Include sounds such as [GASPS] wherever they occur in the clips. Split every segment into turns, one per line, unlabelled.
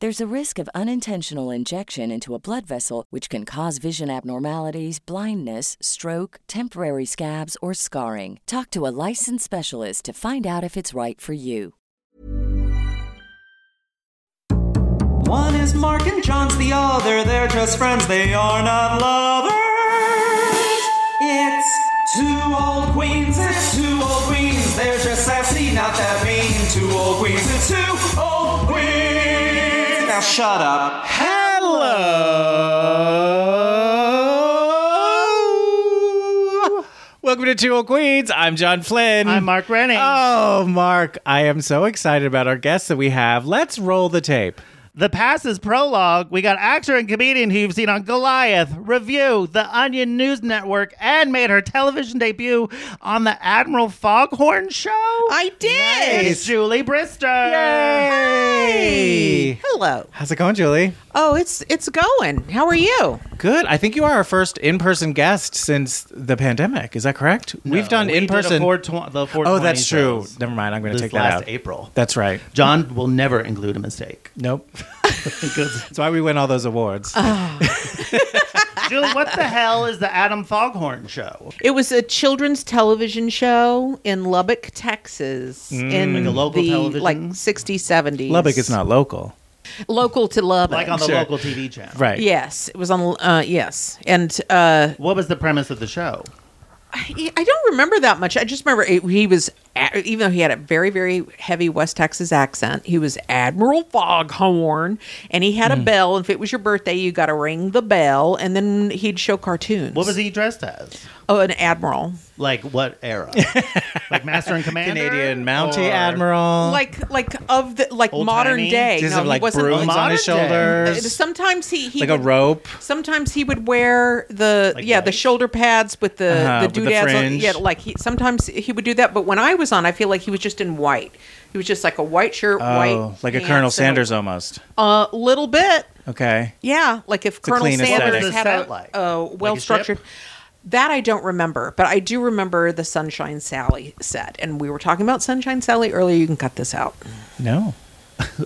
There's a risk of unintentional injection into a blood vessel, which can cause vision abnormalities, blindness, stroke, temporary scabs, or scarring. Talk to a licensed specialist to find out if it's right for you.
One is Mark and John's the other. They're just friends, they are not lovers. It's two old queens, it's two old queens. They're just sassy, not that mean. Two old queens, it's two old queens. Now shut up.
Hello. Welcome to Two Old Queens. I'm John Flynn.
I'm Mark Rennie.
Oh, Mark, I am so excited about our guests that we have. Let's roll the tape.
The passes prologue. We got actor and comedian who you've seen on Goliath, Review, The Onion News Network, and made her television debut on the Admiral Foghorn Show. I
did.
It's Julie Bristow.
Yay!
Hello.
How's it going, Julie?
Oh, it's it's going. How are you?
Good. I think you are our first in-person guest since the pandemic. Is that correct? We've done
We did a
in-person.
420 the 420
oh, that's true.
shows
Never mind. I'm going to
this
take that
last
out.
April.
That's right.
John will never include a mistake.
[LAUGHS] Nope. That's why we win all those awards.
Julie, what the hell is the Adam Foghorn Show?
It was a children's television show in Lubbock, Texas, in
Like a local
the,
television?
like 60s, 70s.
Lubbock is not local.
local to Lubbock.
Like on the
Sure.
local TV channel.
Right.
Yes, it was on. Uh, yes, and uh,
What was the premise of the show?
I I don't remember that much. I just remember it, he was, a- even though he had a very, very heavy West Texas accent, he was Admiral Foghorn, and he had a bell. And if it was your birthday, you got to ring the bell, and then he'd show cartoons.
What was he dressed as?
Oh, an admiral.
Like what era? [LAUGHS] like Master and Commander?
Canadian Mountie
Or-
Admiral.
like like of the like
Old
modern
timey?
day.
Does he have,
he
like
wasn't
brooms
old-
on his
modern day.
shoulders?
Sometimes he, he
like a
would-
rope.
Sometimes he would wear the
Like
yeah the
white?
shoulder pads with the
Uh-huh,
the
with the
doodads. on,
fringe.
yeah, like he sometimes he would do that. But when I was on, I feel like he was just in white. He was just like a white shirt,
Oh,
white
like a
pants,
Colonel
and
Sanders almost.
A uh, little bit,
Okay.
yeah. Like if
a
Colonel
clean aesthetic. What
Sanders
was
the
had
set
a,
like?
a
Like a
well structured.
ship?
That I don't remember, but I do remember the Sunshine Sally set, and we were talking about Sunshine Sally earlier. You can cut this out.
No.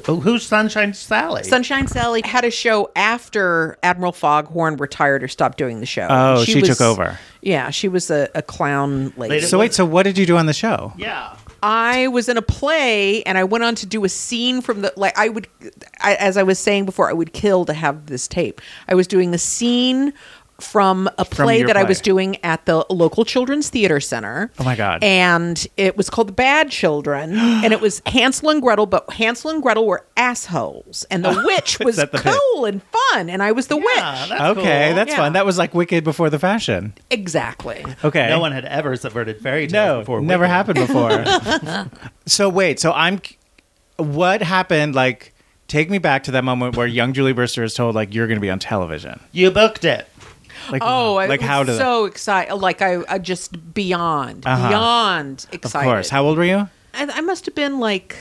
Oh, who's Sunshine Sally?
Sunshine Sally had a show after Admiral Foghorn retired or stopped doing the show.
Oh,
And
she took over.
Yeah, she was a, a clown lady.
Later-
So wait, so what did you do on the show?
yeah.
I was in a play and I went on to do a scene from the like I would I, as I was saying before I would kill to have this tape. I was doing a scene from a
From
play
your
that I
play.
was doing at the local children's theater center.
Oh, my God.
And it was called The Bad
[GASPS]
Children, and it was Hansel and Gretel, but Hansel and Gretel were assholes,
[LAUGHS]
and the witch was
that the bit?
cool and fun, and I was the
Yeah,
witch.
that's
okay,
cool.
that's
Yeah.
fun. That was like Wicked before the fashion.
exactly.
Okay.
No one had ever subverted fairy tales
No,
before.
never
Wicked.
happened before.
[LAUGHS]
so wait, so I'm c- what happened like take me back to that moment where young Julie Brister is told like you're going to be on television.
You booked it.
Like
Oh, I
like
was
how did that-
so excited! Like I, I just beyond, beyond
Uh-huh. Of
excited.
course. How old were you?
I, I must have been like,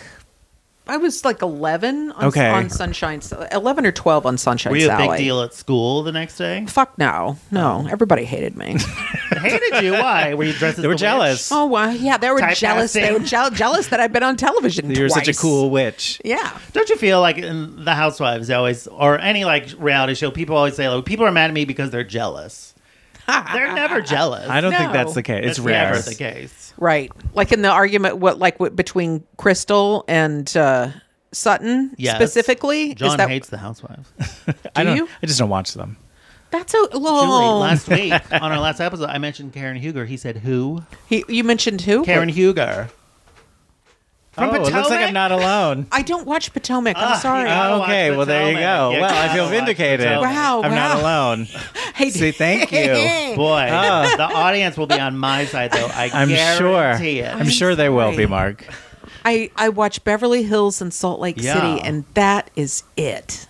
I was like eleven on,
Okay.
on Sunshine, Sa- eleven or twelve on Sunshine
Were you a
Sally.
big deal Oh. at school the next day?
Fuck no, no! Everybody hated me.
[LAUGHS] Hated you? Why? Were you dressed? As
They were
the
jealous.
Witch?
oh well, yeah, they were
Typecasting.
jealous. They were jeal- jealous that I'd been on television.
You're such a
twice.
cool witch.
Yeah,
Don't you feel like in The Housewives, they always, or any like reality show, people always say, like, people are mad at me because they're jealous. they're never jealous.
I don't think
No.
that's the case. It's
That's
rare.
Never the case.
right. Like in the argument, what like what, between Crystal and uh, Sutton
Yes.
specifically?
John
is that
hates The Housewives.
I
Do
don't
you?
I just don't watch them.
that's a
Julie,
long.
last week on our last episode, I mentioned Karen Huger. He said, "Who?
He, you mentioned who?
Karen Huger from
oh, it
Potomac."
looks like I'm
[LAUGHS]
not alone. Oh,
I don't watch Potomac. I'm
Ah,
sorry.
yeah. Gotta watch
okay, well there you go.
Potomac. You
well, I
gotta
feel
watch
vindicated.
Potomac.
Wow,
I'm not
wow. [LAUGHS]
alone.
Hey,
See, thank
[LAUGHS]
you.
Boy, the audience will be on my side though. I
Ah. I'm sure.
guarantee it.
I'm sure they will be,
sorry.
Mark.
I I watch Beverly Hills and Salt Lake
Yeah.
City, and that is it.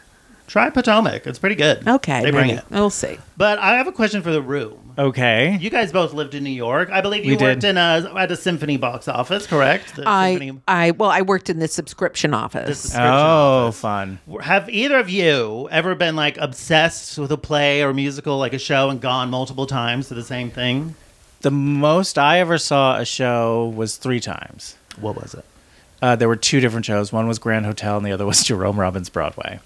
Try Potomac. It's pretty good.
Okay,
they bring
maybe.
it.
We'll see.
But I have a question for the room.
Okay.
You guys both lived in New York. I believe you
We did.
worked in a at a symphony box office, correct? The
I
symphony-
I well, I worked in the subscription
the
office.
subscription
oh, fun.
Have either of you ever been like obsessed with a play or musical, like a show, and gone multiple times to the same thing?
The most I ever saw a show was three times.
What was it?
Uh, there were two different shows. One was Grand Hotel, and the other was [LAUGHS] Jerome Robbins Broadway.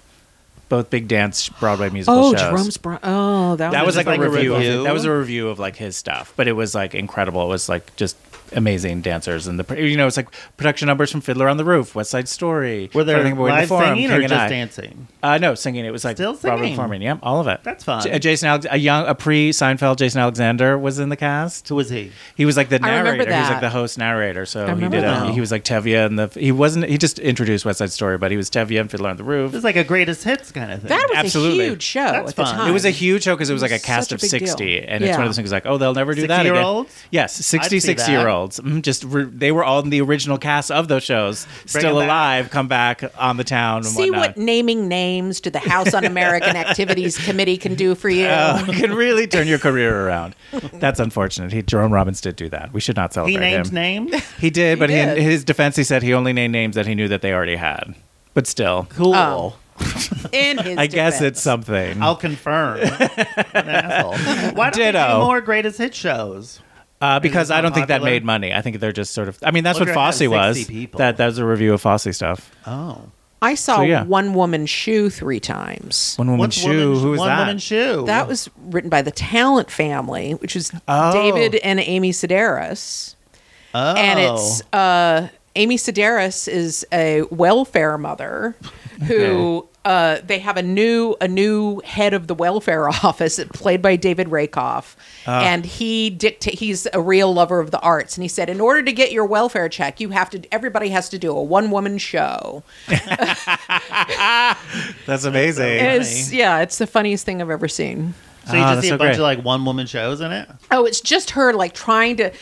Both big dance Broadway musical
oh,
shows.
Jerome's Bro- Oh, that,
that was
was
like a
like a
review. of-
review?
that was a review of like his stuff, but it was like incredible. It was like just amazing dancers and the pr- you know it's like production numbers from Fiddler on the Roof, West Side Story.
Were there
Everything About Wayne
live
Forum,
singing or
King and
just
I.
dancing?
Uh, no, singing. It was like
Still
Robert
singing.
Foreman. Yeah, all of it.
That's fun.
J- uh, Jason, Alex- a young, a pre Seinfeld Jason Alexander was in the cast.
Who was he?
He was like the
I
narrator.
remember
He was like
that.
the host narrator. So he
remember
did. A,
that.
he was like Tevye and the. He wasn't. He just introduced West Side Story, but he was Tevye and Fiddler on the Roof.
It was like a greatest hits kind of thing.
that was
Absolutely.
a huge show
That's
at the
fun.
time.
It was a huge show because it was like a
was
cast
such a
of
big
60.
deal.
And it's
Yeah.
one of those things like, oh, they'll never do that again.
60-year-olds?
Yes, 60,
I'd see that.
60 year olds. Mhm, Just re- They were all in the original cast of those shows, still
'em back.
alive, come back on the town and
See
whatnot.
what naming names to the House on American
[LAUGHS]
Activities Committee can do for you.
can really turn your career around. That's unfortunate. He, Jerome Robbins did do that. We should not celebrate
he named
him.
names. [LAUGHS]
He did, but he-
did.
in his defense, he said he only named names that he knew that they already had. But still,
Cool.
Oh. In his
I guess
defense.
it's something.
I'll
[LAUGHS]
confirm. An asshole. Why don't they
Ditto.
do more greatest hit shows?
uh, because
Is it
I don't think that
unpopular?
made money. I think they're just sort of. I mean, that's
Well, if
what
you're gonna have
Fosse
60
was.
people.
That that was a review of Fosse stuff.
Oh.
I saw
So, yeah.
one woman shoe three times.
One woman
What's
shoe.
woman,
Who was
one
that?
woman shoe.
That was written by the Talent Family, which was
Oh.
David and Amy Sedaris.
oh.
and it's uh, Amy Sedaris is a welfare mother who uh, they have a new a new head of the welfare [LAUGHS] office played by David Rakoff, and he dicta- he's a real lover of the arts, and he said in order to get your welfare check, you have to everybody has to do a one woman show.
That's amazing.
It's, yeah, it's the funniest thing I've ever seen.
so you
Ah,
just
that's
see
so
a bunch
great.
of like one woman shows in it.
Oh, it's just her like trying to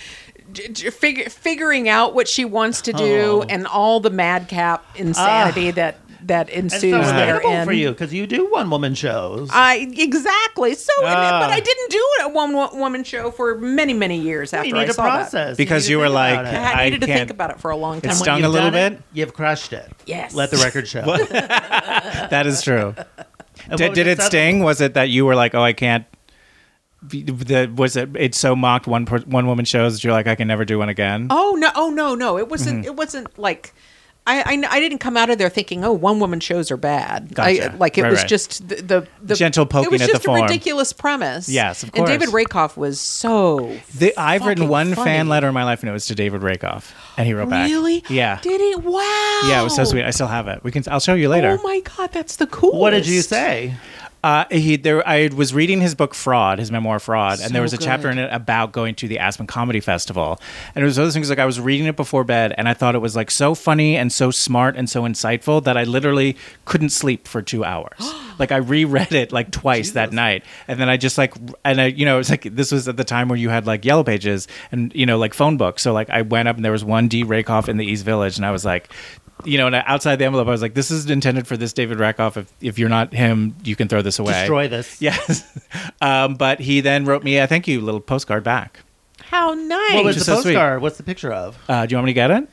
d- d- figure figuring out what she wants to do
Oh.
and all the madcap insanity that that
It's
ensues
so relatable
therein.
for you because you do one woman shows.
I exactly so, and-
Ah.
but I didn't do a one wo- woman show for many many years after
you
I
need to
saw that.
process
Because
need to
you were
think about
like,
it.
I
I
needed to
can't-
think about it for a long time.
It's
When
stung a
you've
little
done it,
bit?
you've crushed it.
Yes.
Let the record
[LAUGHS]
show.
that is true.
[LAUGHS] And what
did
was
did
the
it
sub-
sting? Was it that you were like, oh, I can't? be- The, was it? It so mocked one per, one woman shows that you're like, I can never do one again.
Oh no! Oh no! No, it wasn't.
Mm-hmm.
It wasn't like. I, I, I didn't come out of there thinking, oh, one woman shows are bad.
Gotcha.
I, like it
Right,
was
right.
just the, the, the
Gentle
It
poking
was
at
just
the
a
form.
ridiculous premise.
Yes, of
And David
course.
Rakoff was so.
The, I've written
fucking
one
funny.
fan letter in my life, and it was to David Rakoff, and he wrote back.
Really?
Yeah.
Did Oh he? Wow.
yeah, it was so sweet. I still have it. We can. I'll show you later.
Oh my god, that's the coolest.
What did you say?
Uh, he there. I was reading his book Fraud, his memoir Fraud, and there was a
good.
chapter in it about going to the Aspen Comedy Festival. And it was one of those things like I was reading it before bed, and I thought it was like so funny and so smart and so insightful that I literally couldn't sleep for two hours. like I reread it like twice that night, and then I just like and I you know it's like this was at the time where you had like yellow pages and you know like phone books. So like I went up and there was one D Rakoff in the East Village, and I was like you know, and outside the envelope, I was like, "This is intended for this David Rakoff. If if you're not him, you can throw this away.
Destroy this.
Yes. [LAUGHS] um, but he then wrote me a thank you little postcard back.
How nice.
What was
Just
the
so sweet.
postcard? What's the picture of?
Uh, do you want me to get it?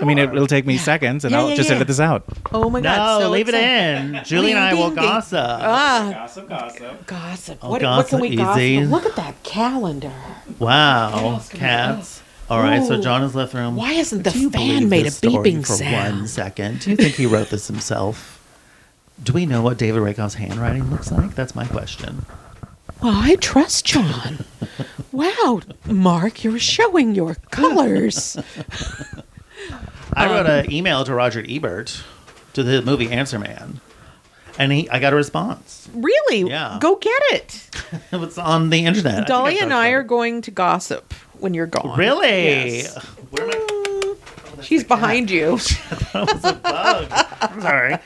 I mean, it, will take me seconds, and
Yeah,
I'll
yeah,
just
yeah.
edit this out.
oh my
No,
God. so
leave it
exciting.
in.
[LAUGHS]
Julie and I
Ding,
will
ding, ding.
gossip.
Ah,
Gossip, gossip.
gossip.
Oh,
what, what can
gossip,
we gossip?
easy.
Look at that calendar.
wow, cats. All right, so
Ooh.
John has left the room.
Why hasn't the
Do you
fan
believe
made
this
a
story
beeping
for
sound?
One second. Do you think he wrote this himself? Do we know what David Rakoff's handwriting looks like? That's my question.
Well, I trust John. wow, Mark, you're showing your colors.
I
Um,
wrote an email to Roger Ebert to the movie Answer Man, and he I got a response.
really?
Yeah.
Go get it.
It was on the internet. I think
Dolly
talked
and I
about
are going to gossip when you're gone.
it. really.
Yes. She's behind you.
[LAUGHS]
[LAUGHS]
I'm sorry.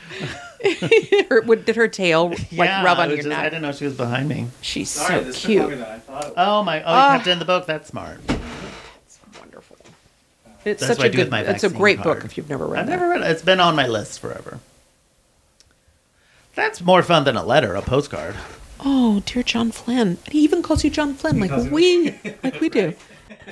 her, would- did her tail
Yeah,
like rub
it was
on your
just- I
neck?
didn't know she was behind me.
She's so cute.
Oh my! Oh, you kept it in the book. That's smart.
Wonderful. It's
That's
such
what I
a
do with
good.
my
It's a
vaccine
great
card.
book if you've never
I've
read it.
never read it. It's been on my list forever. That's more fun than a letter, a postcard.
Oh, dear John Flynn. He even calls you John Flynn, like we, like we do.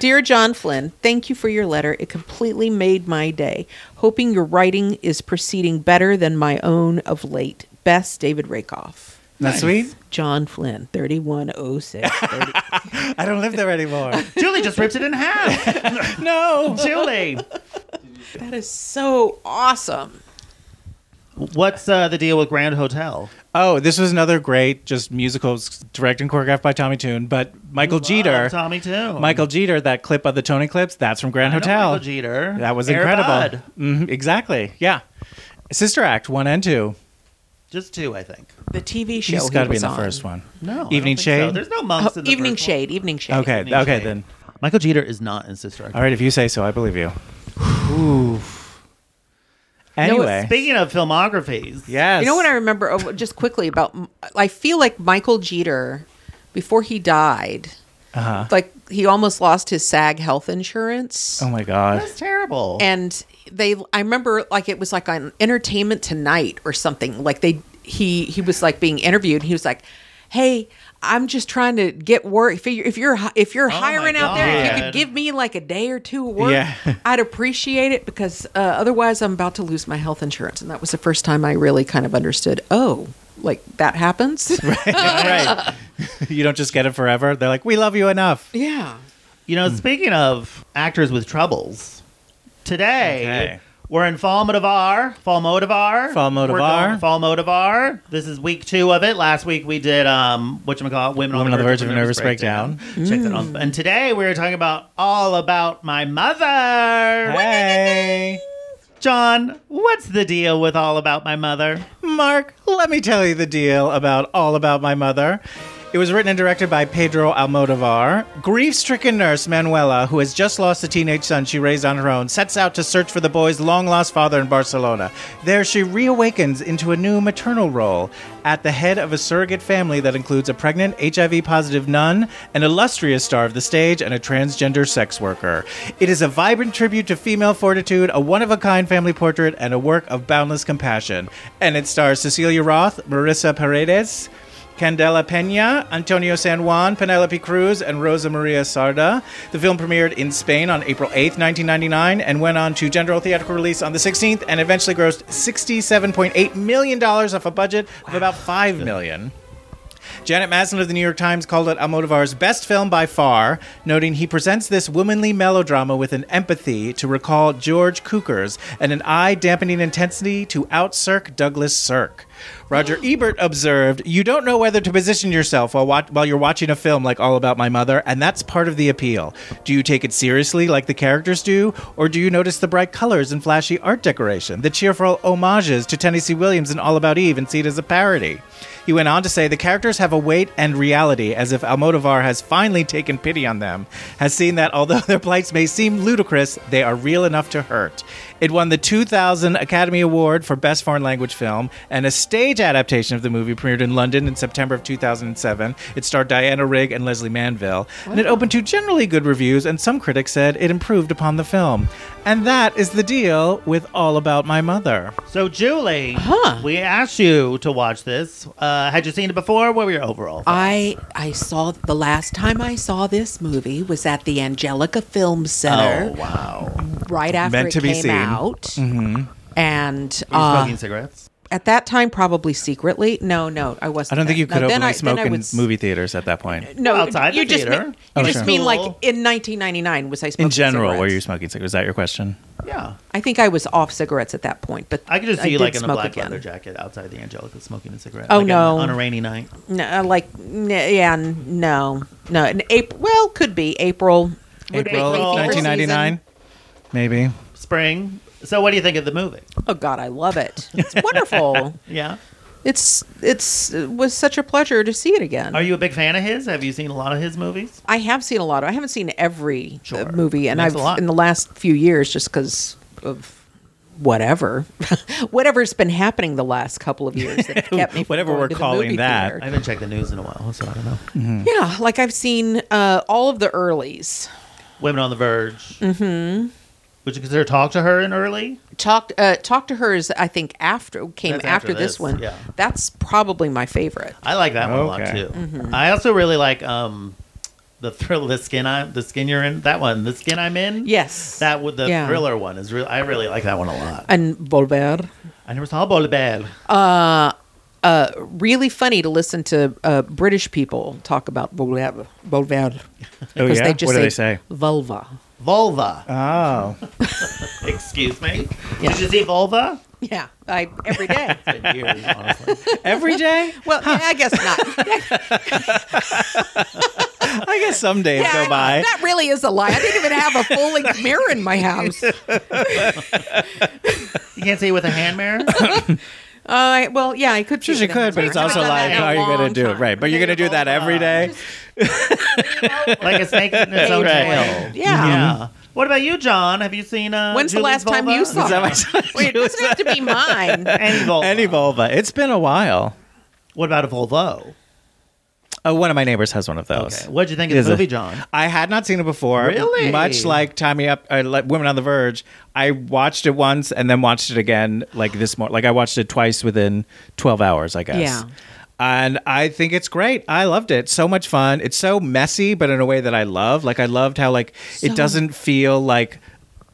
Dear John Flynn, thank you for your letter. It completely made my day. Hoping your writing is proceeding better than my own of late. Best, David Rakoff. [LAUGHS]
That's sweet.
John Flynn, thirty-one oh six.
I don't live there anymore.
Julie just ripped it in half.
[LAUGHS] no.
Julie,
That is so awesome.
what's uh, the deal with Grand Hotel?
[LAUGHS] Oh, this was another great, just musicals directed and choreographed by Tommy Toon, but Michael Jeter.
Love Tommy too.
Michael Jeter, that clip of the Tony clips, that's from Grand
I know
Hotel.
Michael Jeter.
That was
Air
incredible.
Bud.
hmm exactly. Yeah. Sister Act one and two.
Just two, I think.
The TV show.
She's got to
he
be
was
in the
on.
first one.
No, I don't
Evening
think so.
Shade.
There's no
Oh,
monks in the
evening
first
Shade. Evening Shade.
Okay.
Evening
okay
Shade.
then.
one. Michael Jeter is not in Sister Act.
All right. If you say so, I believe you. Anyway.
Speaking of filmographies,
yes.
You know what I remember oh, just quickly about? I feel like Michael Jeter, before he died,
Uh-huh.
like he almost lost his SAG health insurance,
Oh my
[LAUGHS]
God.
That's terrible.
and they. I remember like it was like on Entertainment Tonight or something. Like they he he was like being interviewed. and He was like, "Hey, I'm just trying to get work. Figure if you're hi- if you're
my
hiring out there, if you
God.
could give me like a day or two of work,
Yeah.
I'd appreciate it because uh, otherwise I'm about to lose my health insurance." And that was the first time I really kind of understood. Oh, like that happens.
right. [LAUGHS] you don't just get it forever. They're like, we love you enough.
[LAUGHS] yeah.
You know, speaking of actors with troubles, today
Okay.
we're in Fall Motivar. Fall Motivar.
Fall Motivar.
We're going Fall Motivar. This is week two of it. Last week we did um whatchamacallit, Women,
Women
on the Verge of a Nervous Breakdown. Hmm. Check that out. And today we are talking about All About My Mother.
Hey.
John, what's the deal with All About My Mother?
Mark, let me tell you the deal about All About My Mother. It was written and directed by Pedro Almodovar. Grief stricken nurse Manuela, who has just lost a teenage son she raised on her own, sets out to search for the boy's long lost father in Barcelona. There, she reawakens into a new maternal role at the head of a surrogate family that includes a pregnant, HIV positive nun, an illustrious star of the stage, and a transgender sex worker. It is a vibrant tribute to female fortitude, a one of a kind family portrait, and a work of boundless compassion. And it stars Cecilia Roth, Marissa Paredes, Candela Pena, Antonio San Juan, Penelope Cruz, and Rosa Maria Sarda. The film premiered in Spain on April 8th, 1999, and went on to general theatrical release on the 16th, and eventually grossed $67.8 million off a budget of about $5 million. Janet Maslin of the New York Times called it Almodovar's best film by far, noting he presents this womanly melodrama with an empathy to recall George Cukors and an eye-dampening intensity to out-Cirque Douglas Sirk. Roger Ebert observed, "You don't know whether to position yourself while wa- while you're watching a film like All About My Mother, and that's part of the appeal. Do you take it seriously like the characters do, or do you notice the bright colors and flashy art decoration, the cheerful homages to Tennessee Williams and All About Eve, and see it as a parody?" He went on to say the characters have a weight and reality, as if Almodovar has finally taken pity on them, has seen that although [LAUGHS] their plights may seem ludicrous, they are real enough to hurt. It won the 2000 Academy Award for Best Foreign Language Film, and a stage adaptation of the movie premiered in London in September of 2007. It starred Diana Rigg and Leslie Manville, and it opened to generally good reviews, and some critics said it improved upon the film. And that is the deal with All About My Mother.
So, Julie, we asked you to watch this. Uh, had you seen it before? What were your overall? thoughts?
I I saw the last time I saw this movie was at the Angelica Film Center
oh, wow.
right after
Meant
it
to be
came
seen.
out, and
Were you
uh,
smoking cigarettes?
at that time probably secretly. No, no, I wasn't.
I don't think
there.
you could
Now, then
openly
I- then
smoke
I
in
would s-
movie theaters at that point.
No,
Well, outside the
you just
theater.
mean, you
Oh,
just
sure.
mean like
Cool.
in 1999 was I smoking
In general, were you
cigarettes?
smoking cigarettes? Is that your question?
Yeah.
I think I was off cigarettes at that point, but
I could just see you
did
like in a
smoke
black
again.
leather jacket outside the Angelica smoking a cigarette.
Oh,
like, on-
no.
On a rainy night.
No, like n- yeah, n- no, no. In April, well, could be April. Would
April
be fever
1999?
season.
Maybe. Oh,
Spring. So, what do you think of the movie?
Oh God, I love it. It's wonderful.
[LAUGHS] Yeah.
it's it's it was such a pleasure to see it again.
Are you a big fan of his? Have you seen a lot of his movies?
I have seen a lot. Of, I haven't seen every uh,
Sure.
movie, and
That's
I've
a lot.
in the last few years just because of whatever, [LAUGHS] whatever's been happening the last couple of years that kept me. from
Whatever
going
we're
to the
calling
movie
that.
theater.
I haven't checked the news in a while, so I don't know.
Mm-hmm. Yeah, like I've seen uh, all of the earlys.
Women on the Verge. Mm hmm.
Mm-hmm.
Would you consider Talk to Her in early?
Talked uh, talked to her is I think after came
That's
after,
after
this,
this,
one.
yeah.
That's probably my favorite.
I like that one a lot
Okay.
too.
Mm-hmm.
I also really like um, the thrill, the skin I, the skin you're in. That one, the skin I'm in.
Yes.
that with the
Yeah.
thriller one is real. I really like that one a lot.
and Volver.
I never saw Bolibel.
Really funny to listen to uh, British people talk about Volver. Volver.
Oh,
Because
yeah?
they just
what
say,
do they say?
Vulva.
Vulva.
[LAUGHS]
Oh.
Excuse me.
Yeah.
Did you see
[LAUGHS]
Vulva?
Yeah, I, every day.
It's been years, honestly.
Every day?
Well, yeah, I guess not.
I guess some days
Yeah,
go by.
That really is a lie. I didn't even have a full
[LAUGHS]
length mirror in my house. Uh,
You can't see it with a hand
[LAUGHS]
mirror.
I- Uh, well, yeah, I could.
Sure,
do
you
that.
could, but it's
I haven't
also
done
like,
that in
how
a
are you going
long
to do it?
time.
Right. But you're going to do that every day?
like a snake in its own
Right.
tail.
Um,
Yeah.
Yeah. What about you, John? Have you seen? Uh,
When's the
Julie's
last time
Vulva?
you saw
Is
it?
that my
Wait, it doesn't have to
[LAUGHS]
be
[LAUGHS]
mine.
any vulva?
Any vulva. It's been a while.
What about a Volvo?
Oh, one of my neighbors has one of those.
Okay. What'd you think of
Is
the
it-
movie, John?
I had not seen it before.
Really?
Much like Tommy Up, uh, like Women on the Verge, I watched it once and then watched it again like this morning. Like I watched it twice within 12 hours, I guess.
Yeah.
And I think it's great. I loved it. So much fun. It's so messy, but in a way that I love. Like I loved how like it doesn't feel like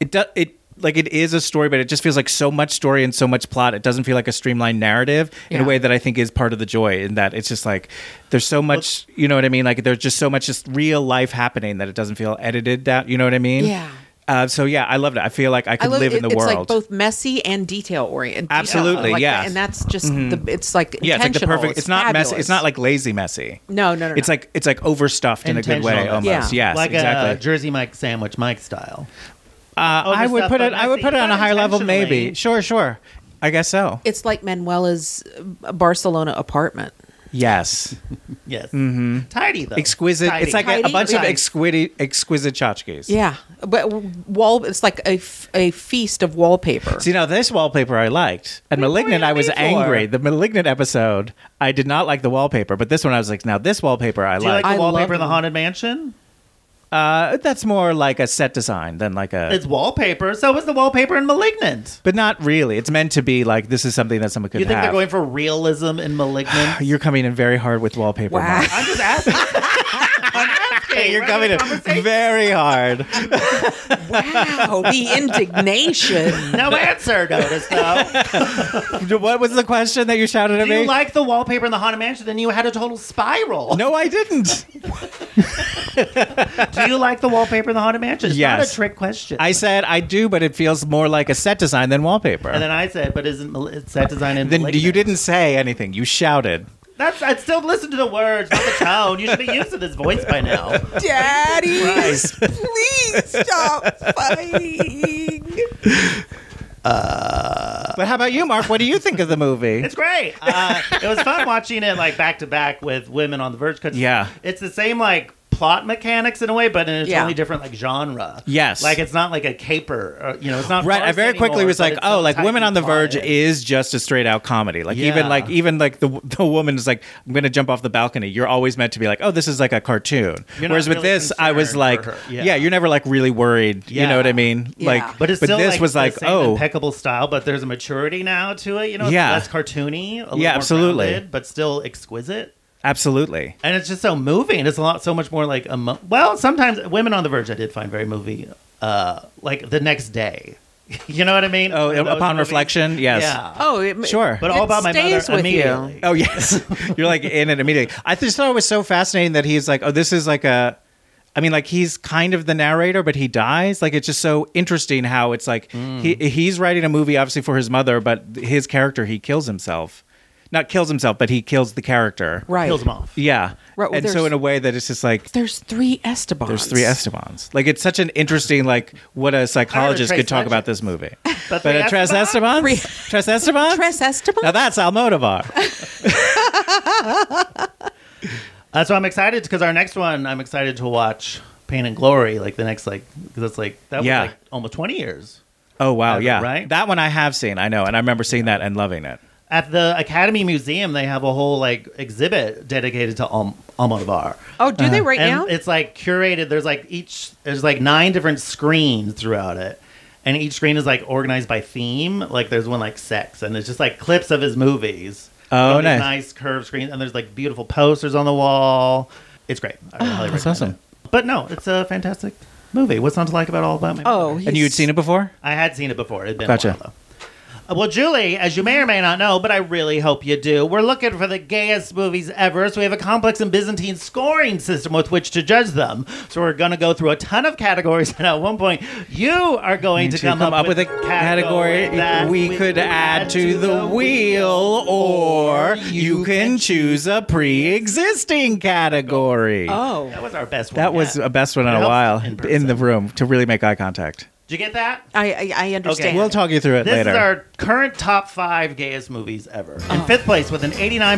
it does it like it is a story, but it just feels like so much story and so much plot. It doesn't feel like a streamlined narrative in
Yeah.
a way that I think is part of the joy. In that it's just like there's so much, you know what I mean? Like there's just so much just real life happening that it doesn't feel edited down. You know what I mean?
Yeah.
Uh, so yeah, I loved it. I feel like I could
love
live
it.
in the
it's
world.
like both messy and detail oriented.
Absolutely,
like
yes. Mm-hmm.
and that's just the. It's like
yeah, it's like the
intentional.
perfect. It's, not messy. It's
fabulous.
not like lazy messy.
No, no, no.
It's
no.
like it's like overstuffed in a good way
Intentional.
almost.
Yeah.
Yes,
like a
exactly.
Jersey Mike sandwich, Mike style.
Uh, I would
overstuffed,
put it.
but
I would
messy,
put it on
but
a high level. Maybe.
intentionally.
Sure. Sure. I guess so.
It's like Manuela's uh, Barcelona apartment. [LAUGHS]
Yes.
Yes. Tidy though.
Mm-hmm. Exquisite.
Tidy.
It's like a, a
Tidy,
bunch of
yeah.
exquisite, exquisite tchotchkes.
Yeah, but wall. It's like a, f- a feast of wallpaper.
See now this wallpaper I liked, and malignant I was angry. The malignant episode I did not like the wallpaper, but this one I was like, now this wallpaper I
Do you like
like.
the
I love
wallpaper in the
them.
haunted mansion?
Uh, that's more like a set design than like a.
It's wallpaper. So is the wallpaper in Malignant.
but not really. It's meant to be like this is something that someone could
You think
have.
they're going for realism in Malignant?
[SIGHS] You're coming in very hard with wallpaper.
Wow.
Mark.
I'm just asking. I'm asking.
You're
We're having
coming
a
in
conversation. [LAUGHS]
very hard.
[LAUGHS] wow, the
[LAUGHS]
indignation.
No answer, notice
[LAUGHS]
though.
what was the question that you shouted at
Do you
me?
like the wallpaper in the haunted mansion? Then you had a total spiral.
no, I didn't.
Do you like the wallpaper in the haunted mansion? It's not
Yes.
a trick question.
I said I do, but it feels more like a set design than wallpaper.
and then I said, but isn't Mal- it's set design in
Then
Malignant?
you didn't say anything. You shouted.
That's I'd still listen to the words, not the tone. You should be used to this voice by now.
Daddy, please stop fighting.
But how about you, Mark? What do you think of the movie?
Uh, [LAUGHS] It's great. Uh, it was fun watching it like back to back with women on the verge. 'cause
Yeah.
it's the same like plot mechanics in a way, but in a
Yeah.
totally different like genre.
Yes.
like it's not like a caper. Or, you know, it's not
Right, I
farce
very quickly
anymore,
was
but
like,
it's
"Oh,
so
like Women
tightly
on the Verge
plotted.
is just a straight out comedy. Like even
Yeah.
like even like the the woman is like, I'm gonna jump off the balcony. You're always meant to be like, oh, this is like a cartoon.
You're not
Whereas with
really
this, I was
concerned
like,
for her.
yeah.
Yeah.
you're never like really worried. You know
Yeah.
what I mean?
Yeah.
Like,
But it's still
this
like,
was
the
like,
same
oh,
impeccable style. But there's a maturity now to it. You know,
Yeah.
it's less cartoony. A little
Yeah,
more
absolutely.
grounded, but still exquisite.
absolutely.
and it's just so moving. It's a lot, so much more like emo- well, sometimes women on the verge I did find very movie, uh, like the next day. [LAUGHS] you know what I mean?
Oh,
Those
upon
movies.
reflection, yes.
Yeah.
Oh, it,
Sure.
but all
it
about my
stays
mother
with you.
immediately.
Oh yes, [LAUGHS] you're like in it immediately. I just thought it was so fascinating that he's like, oh, this is like a. I mean, like he's kind of the narrator, but he dies. Like it's just so interesting how it's like
Mm.
he he's writing a movie obviously for his mother, but his character he kills himself, not kills himself, but he kills the character.
right.
Kills them off.
Yeah.
Right, well,
and so
there's-
in a way that it's just like
There's three Estebans.
there's three Estebans. Like it's such an interesting like what a psychologist
Trace
could talk
Legend.
about this movie.
But,
But
the
a Tres
Esteban-
Esteban, Tres Esteban,
Tres Estebans?
Now that's Almodovar.
Uh, so I'm excited because our next one, I'm excited to watch Pain and Glory. Like the next, like because it's like that
Yeah.
was like almost 20 years
Oh wow,
Ever,
yeah,
right?
That one I have seen. I know, and I remember seeing that and loving it.
at the Academy Museum. They have a whole like exhibit dedicated to Al- Almodovar.
Oh, do they right
uh-huh. and
now?
it's like curated there's like each there's like nine different screens throughout it and each screen is like organized by theme like there's one like sex and it's just like clips of his movies
Oh,
On these
nice.
nice curved screens and there's like beautiful posters on the wall it's great I highly recommend
[GASPS] That's awesome.
it. but no it's a fantastic movie what's not to like about all about me
Oh,
And you had seen it before?
I had seen it before. It'd been
Gotcha.
a while though. Uh, Well, Julie, as you may or may not know, but I really hope you do, we're looking for the gayest movies ever, so we have a complex and Byzantine scoring system with which to judge them. So we're going to go through a ton of categories, [LAUGHS] and at one point, you are going to,
To come, up, with a category
that
we could add to the wheel, or you can choose a pre-existing category.
Oh,
That was our best one.
That was
yet.
a best one in
It
a
helps
while
in
in,
person.
the room to really make eye contact.
Did you get that?
I I, I understand.
Okay.
We'll talk you through it
This
later.
is our current top five gayest movies ever. In fifth place with an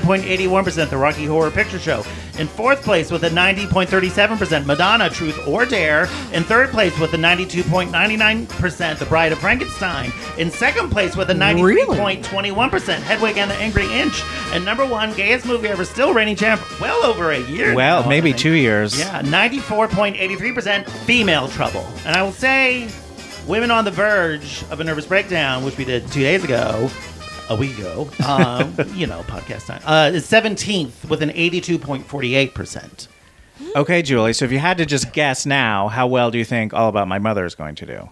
89.81%, The Rocky Horror Picture Show. In fourth place with a 90.37%, Madonna, Truth or Dare. In third place with a 92.99%, The Bride of Frankenstein. In second place with a 93.21%, Hedwig and the Angry Inch. And number one, gayest movie ever, still reigning champ, well over a year.
well,
now, I
maybe
think.
two years.
Yeah, 94.83% female trouble. And I will say, women on the verge of a nervous breakdown, which we did two days ago, a week
[LAUGHS]
ago, um, you know, podcast time, uh, is 17th with an 82.48%.
Okay, Julie. So if you had to just guess now, how well do you think All About My Mother is going to do?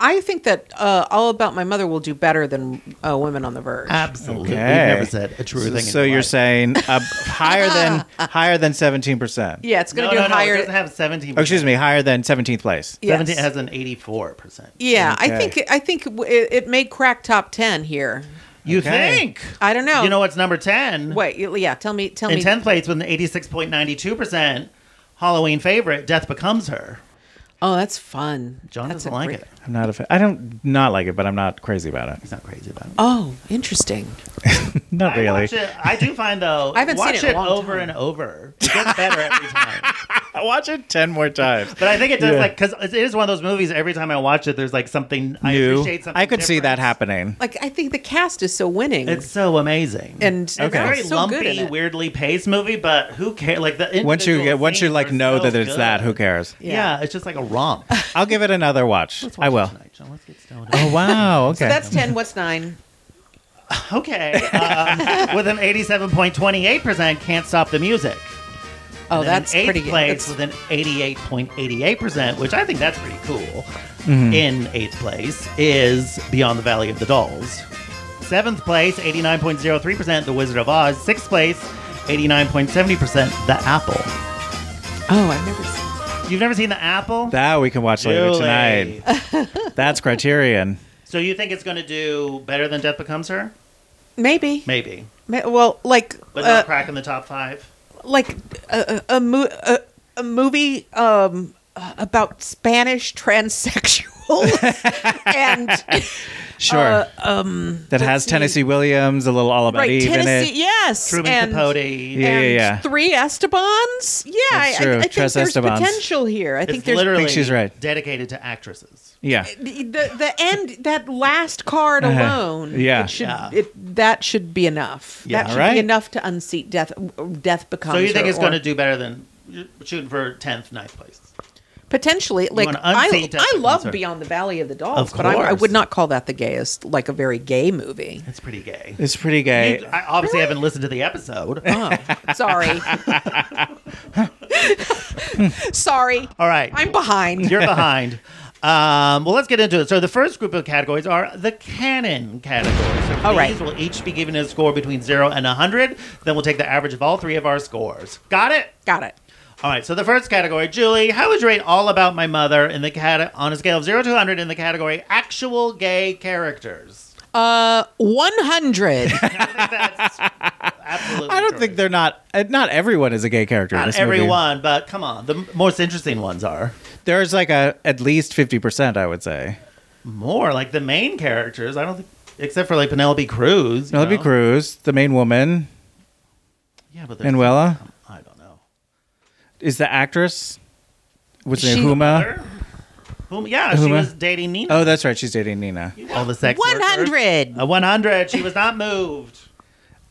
I think that uh, all about my mother will do better than uh, women on the verge.
Absolutely.
Okay.
We've never said a truer thing. in
So you're
life.
saying
[LAUGHS]
uh, higher than higher than seventeen percent?
yeah, it's going
no,
to
no,
do
no,
higher.
it doesn't have 17.
Oh, excuse me, higher than seventeenth place.
yes.
17 has an 84%.
yeah, I
Okay.
think I think it, it may crack top ten here.
You
Okay.
think?
I don't know.
You know what's number 10?
Wait, you- yeah, tell me, tell
In
me.
10th place with an 86.92% Halloween favorite, Death Becomes Her.
Oh, that's fun.
John
That's
doesn't
a
like
great-
it.
I'm not a fan. I don't not like it, but I'm not crazy about it.
He's not crazy about it.
Oh, interesting.
Not
I
really.
watch it. I do find
[LAUGHS]
though.
I haven't seen
watch
it in a long
over
time.
and over. It gets better every
[LAUGHS]
time.
I watch it ten more times.
But I think it does like because it is one of those movies. Every time I watch it, there's like something I
New.
appreciate. Something
I could see that
different.
happening.
Like I think the cast is so winning.
It's so amazing.
and
it's a very
they're so
lumpy,
good in it.
weirdly paced movie. But who cares? Like the
Once you
individual
get, once you
scenes
like
are
know
so
that it's that,
good.
who cares?
Yeah. it's just like a romp.
I'll give it another watch. [LAUGHS] I will.
Tonight, John, let's get stoned.
Oh wow.
[LAUGHS]
Okay.
That's ten. What's nine?
okay,
[LAUGHS]
um, with an eighty-seven point twenty-eight percent, can't stop the music. And
Oh,
then
that's
in eighth
pretty
place
good.
with an 88.88%, which I think that's pretty cool.
Mm-hmm.
In eighth place is Beyond the Valley of the Dolls. Seventh place, 89.03%, The Wizard of Oz. Sixth place, 89.70%, The Apple.
That's- Oh, I've never. Seen,
You've never seen The Apple?
that we can watch later
Julie.
tonight. That's Criterion.
[LAUGHS] So you think it's going to do better than Death Becomes Her?
maybe.
Maybe.
Ma- Well, like
But
uh,
not crack in the top five?
like a, a, a, mo- a, a movie uh,
[LAUGHS]
um, about Spanish transsexuals and
Sure.
Uh, um,
that has
see.
Tennessee Williams, a little All About
right,
Eve
Tennessee,
in it.
yes,
Truman
and
Capote.
Yeah,
and
yeah, yeah.
three Estebans. Yeah, I-
That's true.
I, I think
Tres
there's
Estebans.
potential here. I
It's
think there's
literally
think she's right.
dedicated to actresses.
Yeah.
the the end that last card alone.
Uh-huh. Yeah.
it should
Yeah.
it that should be enough.
Yeah,
that should
right.
be enough to unseat death. Death becomes.
So you think
her,
it's going
or-
to do better than you're shooting for 10th, ninth place?
potentially like
wanna
I,
unseat Death
I love
Becomes Her.
Beyond the Valley of the Dolls,
Of
but I, I
course.
would not call that the gayest, like a very gay movie.
[LAUGHS] It's pretty gay.
It's pretty gay.
You- I obviously haven't listened to the episode.
[LAUGHS] Oh,
[LAUGHS]
Sorry, sorry,
All right.
I'm
[LAUGHS]
behind.
You're behind. Um, well, let's get into it. So the first group of categories are the canon categories. So
All right.
these will each be given a score between 0 and 100. Then we'll take the average of all three of our scores. Got it?
Got it.
All right, so the first category, Julie, how would you rate All About My Mother in the cat- on a scale of 0 to 100 in the category actual gay characters?
Uh, 100. [LAUGHS]
Absolutely.
I don't think
correct.
they're not. uh, Not everyone is a gay character. in
Not
this movie.
everyone, but come on. The m- most interesting ones are
There's like a at least fifty percent. I would say.
more like the main characters. I don't think, except for like Penelope Cruz. you
Penelope
know?
Cruz, the main woman,
Yeah, but there's-
Manuela,
I don't know.
is the actress. What's her
She-
name? Huma.
Her? Whom, yeah, she
Whom, uh,
was dating Nina.
Oh, that's right. She's dating Nina.
All the sex workers.
100.
A 100. She was not moved.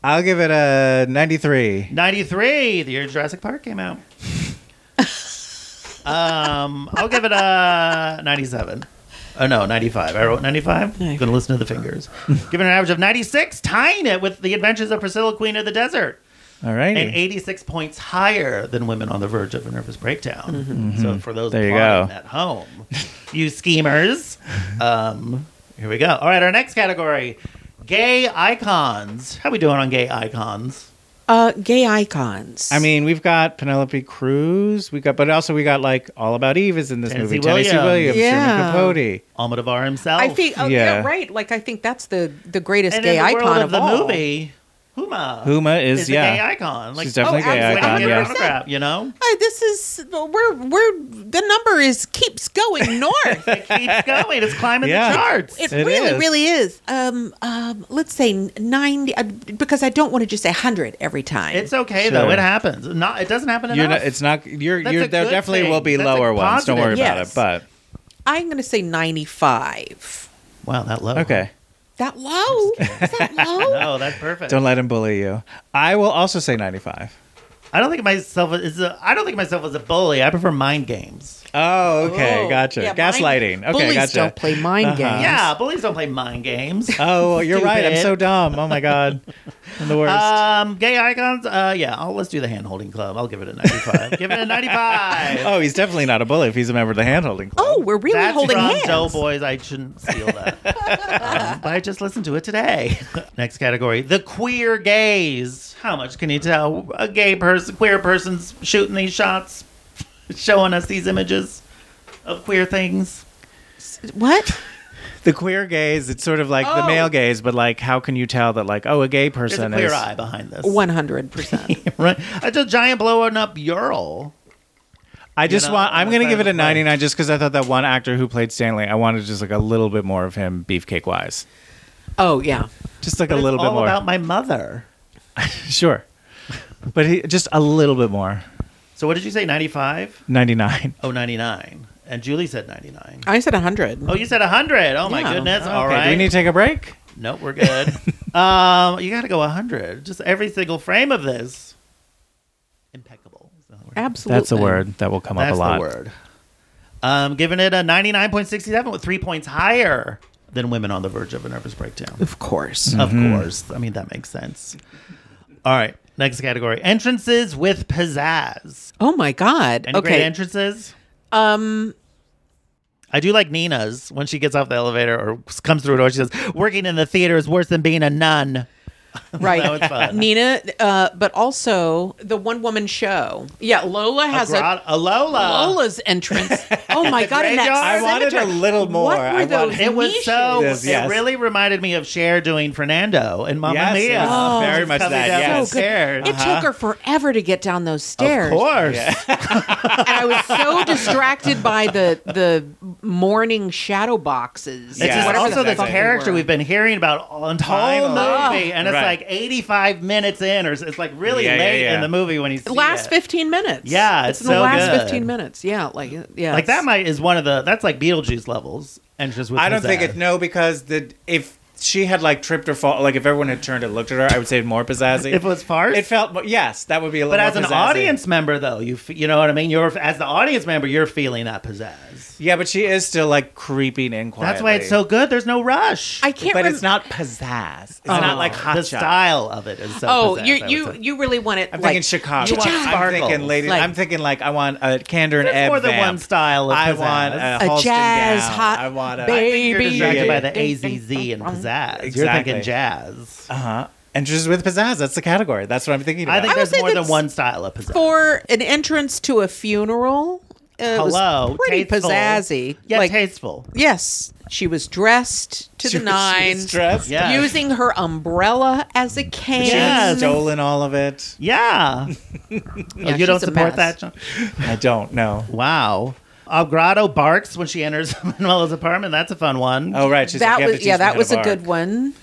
I'll give it a ninety-three.
93, the year Jurassic Park came
[LAUGHS]
out. um, I'll give it a 97. Oh no, 95. I wrote 95. You're gonna listen to the fingers. Given an average of 96, tying it with The Adventures of Priscilla, Queen of the Desert,
All right.
and 86 points higher than Women on the Verge of a Nervous Breakdown. So for those
Mm-hmm. There you
plotting
go.
at home, you schemers. Um, here we go. All right, our next category: gay icons. How we doing on gay icons?
Uh, gay icons.
I mean, we've got Penelope Cruz. We got, but also we got like All About Eve is in this
Tennessee
movie. Tennessee
Williams.
Williams,
Yeah.
Truman Capote.
Almodovar himself.
I think, oh, yeah.
Yeah.
right. Like, I think that's the, the greatest
and
gay
in the
icon
world
of
the
all.
movie, Huma.
Huma is,
a
yeah.
gay icon. Like
She's definitely
Oh,
a gay
absolutely.
icon.
yeah.
Yeah.
100%.
autograph, you know,
Uh, this is we're we're the number is keeps
[LAUGHS]
going north.
it keeps going. It's climbing
Yeah.
the charts.
It,
It
really,
is.
really is. Um, um, let's say ninety, uh, because I don't want to just say hundred every time.
it's okay
Sure.
though. It happens. Not. It doesn't happen
You're
enough.
not, it's not. You're.
That's
you're
a
there.
good
Definitely
thing.
will be
That's a
lower ones. Don't worry
positive.
about it.
Yes.
But
I'm going to say ninety-five.
wow, that low.
okay.
That low? Is that
[LAUGHS]
low?
No, that's perfect.
Don't let him bully you. I will also say ninety-five.
I don't think of myself as a. I don't think of myself as a bully. I prefer mind games.
Oh, okay.
Oh,
gotcha.
yeah,
Gaslighting.
mind-
okay,
bullies
gotcha.
don't play mind games.
Yeah, bullies don't play mind games.
Oh, well, you're right. I'm
Stupid.
so dumb. Oh my god, I'm the worst.
Um, gay icons. Uh, yeah. I'll, let's do the hand holding club. I'll give it a ninety-five. give it a ninety-five.
[LAUGHS] oh, he's definitely not a bully if he's a member of the handholding club.
Oh, we're really
That's
holding
from
hands.
Doughboys. I shouldn't steal that. Um, but I just listened to it today. [LAUGHS] Next category: the queer gaze. How much can you tell a gay person, queer person's shooting these shots, showing us these images of queer things?
What?
The queer gaze. It's sort of like the
Oh.
male gaze, but like, how can you tell that like, oh, a gay
There's
person
a clear
is
eye behind this.
One hundred
[LAUGHS]
percent.
[LAUGHS] right? It's a giant blowing up ural.
I just
know,
want. I'm
on
gonna
the
give
side
it
of
a
the plane.
99 just because I thought that one actor who played Stanley. I wanted just like a little bit more of him, beefcake wise.
Oh yeah.
Just like
But
a little
it's
bit
all
more.
about my mother.
sure, but he, just a little bit more.
So what did you say? Ninety-five?
99.
Oh, 99. And Julie said ninety-nine.
I said hundred.
Oh, you said 100. Oh, my
Yeah.
goodness. All
Okay,
right.
Do we need to take a break?
Nope, we're
[LAUGHS]
good. um, you got to go 100. Just every single frame of this. Impeccable. Is that the word?
Absolutely.
That's a word that will come up
That's
a lot.
the word. Um, giving it a 99.67 with three points higher than women on the verge of a nervous breakdown.
Of course.
Of
Mm-hmm.
course. I mean, that makes sense. All right. Next category entrances with pizzazz.
Oh my God.
Any great
okay.
entrances?
um.
I do like Nina's when she gets off the elevator or comes through a door. She says, Working in the theater is worse than being a nun. [LAUGHS]
Right.
That was fun.
Nina, uh, but also the one woman show. Yeah, Lola has a,
Grot- a Lola.
Lola's entrance.
[LAUGHS]
Oh my god! In that
graveyard? I
wanted a
cemetery.
little more.
What were
I
those
wanted-
It was so.
niches?
Yes, yes.
It really reminded me of Cher doing Fernando and Mamma
Yes,
Mia.
yes, Oh, very much
Coming
that,
down
yes. Uh-huh.
those stairs.
It took her forever to get down those stairs.
Uh-huh. Of course.
And I was so distracted by the the morning shadow boxes.
It's just
Yeah.
Whatever
also
the
this
fuck they
character
were.
we've been hearing about all the whole
Finally.
movie, and it's
Right.
like 85 minutes in, or it's- it's like really
Yeah, yeah,
late
yeah.
in the movie when he's
The last 15 minutes.
Yeah,
it's,
it's
in the
so
last
good.
15 minutes. Yeah, like yeah.
Like
it's-
that might is one of the that's like Beetlejuice levels, and just with
I don't think
pizzazz.
it. No, because the if she had like tripped or fall, like if everyone had turned and looked at her, I would say more
[LAUGHS]
pizzazzy.
If it was farce?
it felt. more- Yes, that would be a little.
But as
more
an
pizzazzy.
audience member, though, you f- you know what I mean. You're as the audience member, you're feeling that pizzazz.
yeah, but she is still like creeping in quietly.
That's why it's so good. There's no rush.
I can't.
But
rem-
it's not pizzazz. It's not like hot
Oh, the
shot.
style of it is so.
Oh,
pizzazz,
you
I would
you
say.
you really want it?
I'm
like,
thinking Chicago.
You want
I'm thinking
sparkles.
lady.
Like-
I'm thinking like I want a candor and
There's
ebb
more than
vamp.
one style of
I
pizzazz.
want
I
a,
a
Halston
jazz
gown.
hot
I want a,
baby.
You're distracted
Yeah, yeah,
by the AZZ and pizzazz. You're
Exactly.
thinking jazz.
Uh-huh. And just with pizzazz. That's the category. That's what I'm thinking. About.
I think
would
there's
say
more than
that's
one style of pizzazz.
for an entrance to a funeral. uh, it was
Hello,
pretty
tasteful.
pizzazzy.
Yeah,
like
tasteful.
yes, she was dressed to
She
the
was- she was
nines,
dressed.
Yeah.
using her umbrella as a cane.
She had
Yes.
stolen all of it.
Yeah.
Yeah,
you don't
she's a
support that?
mess.
John?
I don't know.
Wow. Uh, Grotto barks when she enters [LAUGHS] Manuela's apartment. That's a fun one.
Oh right, she's like,
That
"You have to
was yeah,
teach me how
that
to
was a
bark."
good one.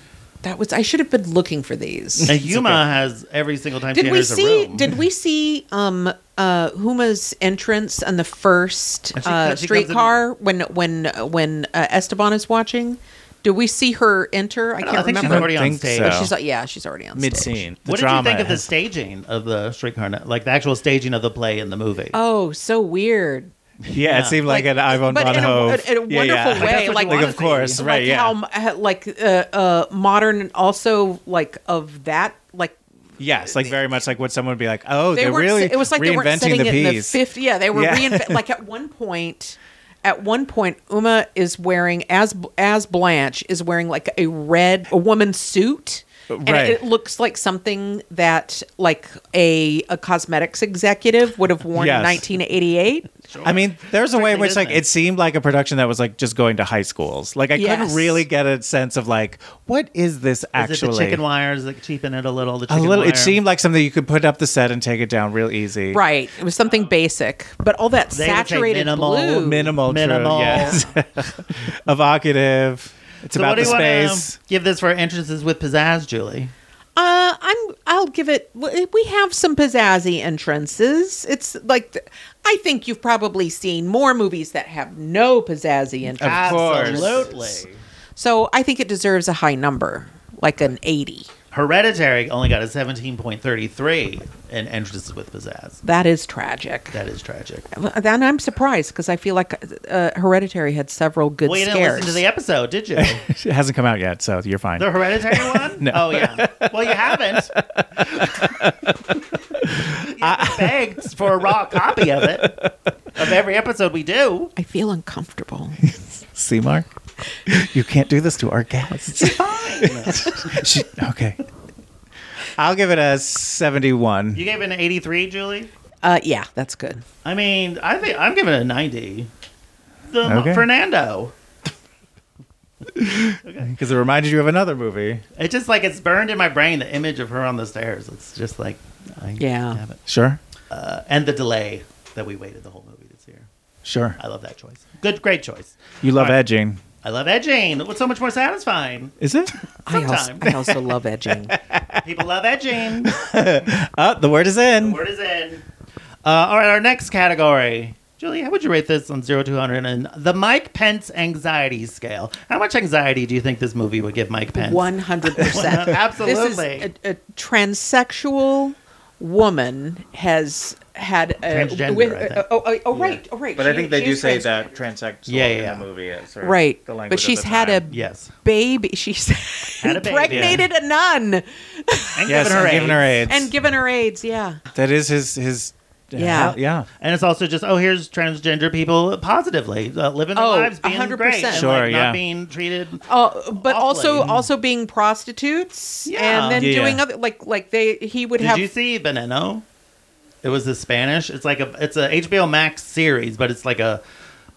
That was I should have been looking for these.
And Yuma has every single time she
did we
enters a
see
room.
did we see um uh huma's entrance on the first
And she
uh,
co- she comes in-
streetcar when when when uh, esteban is watching do we see her enter i
I,
can't
don't know, I think she's
remember
already on
think
stage.
so.
Oh, she's like yeah she's already on
mid
stage.
scene.
What did you think of the staging of the streetcar, Net- like the actual staging of the play in the movie?
oh so weird
Yeah, it seemed like, an Ivan
but
Von
in a,
Hove.
in a wonderful
Yeah, yeah.
way
what
like,
you wanna
of course,
like
right? Yeah,
how m- like uh, uh modern and also like of that like
yes, like very much like what someone would be like. Oh,
they
are
weren't
really
it was like they weren't
reinventing
setting
the
it in the
piece.
50s yeah they were
Yeah.
reinvent
[LAUGHS]
like at one point at one point uma is wearing as as blanche is wearing like a red a woman's suit and it-
Uh, Right.
it, looks like something that like a a cosmetics executive would have worn in
Yes.
1988
I mean, there's a way in which like
Strictly
it seemed like a production that was like just going to high schools. Like I
Yes.
couldn't really get a sense of like what is this
Is it
actually?
the chicken wires that cheapen it a little? The
a
chicken
little.
Wire?
It seemed like something you could put up the set and take it down real easy.
right it was something basic but all that
They would say
saturated
minimal,
blue
Minimal. true,
Minimal.
yes. [LAUGHS] Evocative. It's
So
about
what do
the
you
space. [LAUGHS]
want to give this for entrances with pizzazz, Julie?
Uh, I'm. I'll give it. We have some pizzazzy entrances. It's like th- I think you've probably seen more movies that have no pizzazzy entrances.
course.
Absolutely.
So I think it deserves a high number, like an eighty.
Hereditary only got a 17.33 in entrances with pizzazz.
That is tragic.
That is tragic.
Then I'm surprised because I feel like uh, Hereditary had several good
Well, you didn't
scares.
listen to the episode, did you?
It hasn't come out yet, so you're fine.
The hereditary one? Oh yeah. Well, you haven't. I begged for a raw copy of it of every episode we do.
I feel uncomfortable. [LAUGHS]
See, Mark, you can't do this to our guests. [LAUGHS] She- okay. I'll give it a 71.
You gave it an 83, Julie.
Uh, yeah, that's good.
I mean, I think I'm giving it a 90. The
Okay.
Fernando.
Because it reminded you of another movie.
It's just like it's burned in my brain the image of her on the stairs. It's just like I
Yeah.
have it.
Sure.
Uh, and the delay that we waited the whole movie this year.
Sure.
I love that choice. Good, great choice.
You love
All right.
edging.
I love edging. What's so much more satisfying?
Is it?
I also,
Sometime.
I also
[LAUGHS]
love edging.
People love edging.
Uh, the word is
[LAUGHS]
in.
Word is in. Uh, all right, our next category. Julie, how would you rate this on 0 to 100 and the Mike Pence anxiety scale? How much anxiety do you think this movie would give Mike Pence?
One hundred [LAUGHS] percent. This
[LAUGHS]
is
Absolutely.
a, a transsexual woman has had a,
Transgender, I think.
oh, oh, oh, right, oh, right. She- she's trans-
transsexual
Yeah, yeah, in the yeah.
movie uh, is.
Right, but she's had a
Yes.
baby. [LAUGHS] She's
Had a baby.
impregnated a nun
And
Yes,
given her age.
and given her AIDS.
and given her AIDS. Yeah,
that is his his
Yeah.
yeah.
And it's also just, oh, here's transgender people positively uh, living their
Oh,
lives, being
100%.
great, and, like,
Sure, yeah.
not being treated.
Uh, but also
Awfully.
also being prostitutes
Yeah.
and then
Yeah.
doing other like like they he would
Did
have
you see Beneno? It was the Spanish. It's like a it's a HBO Max series, but it's like a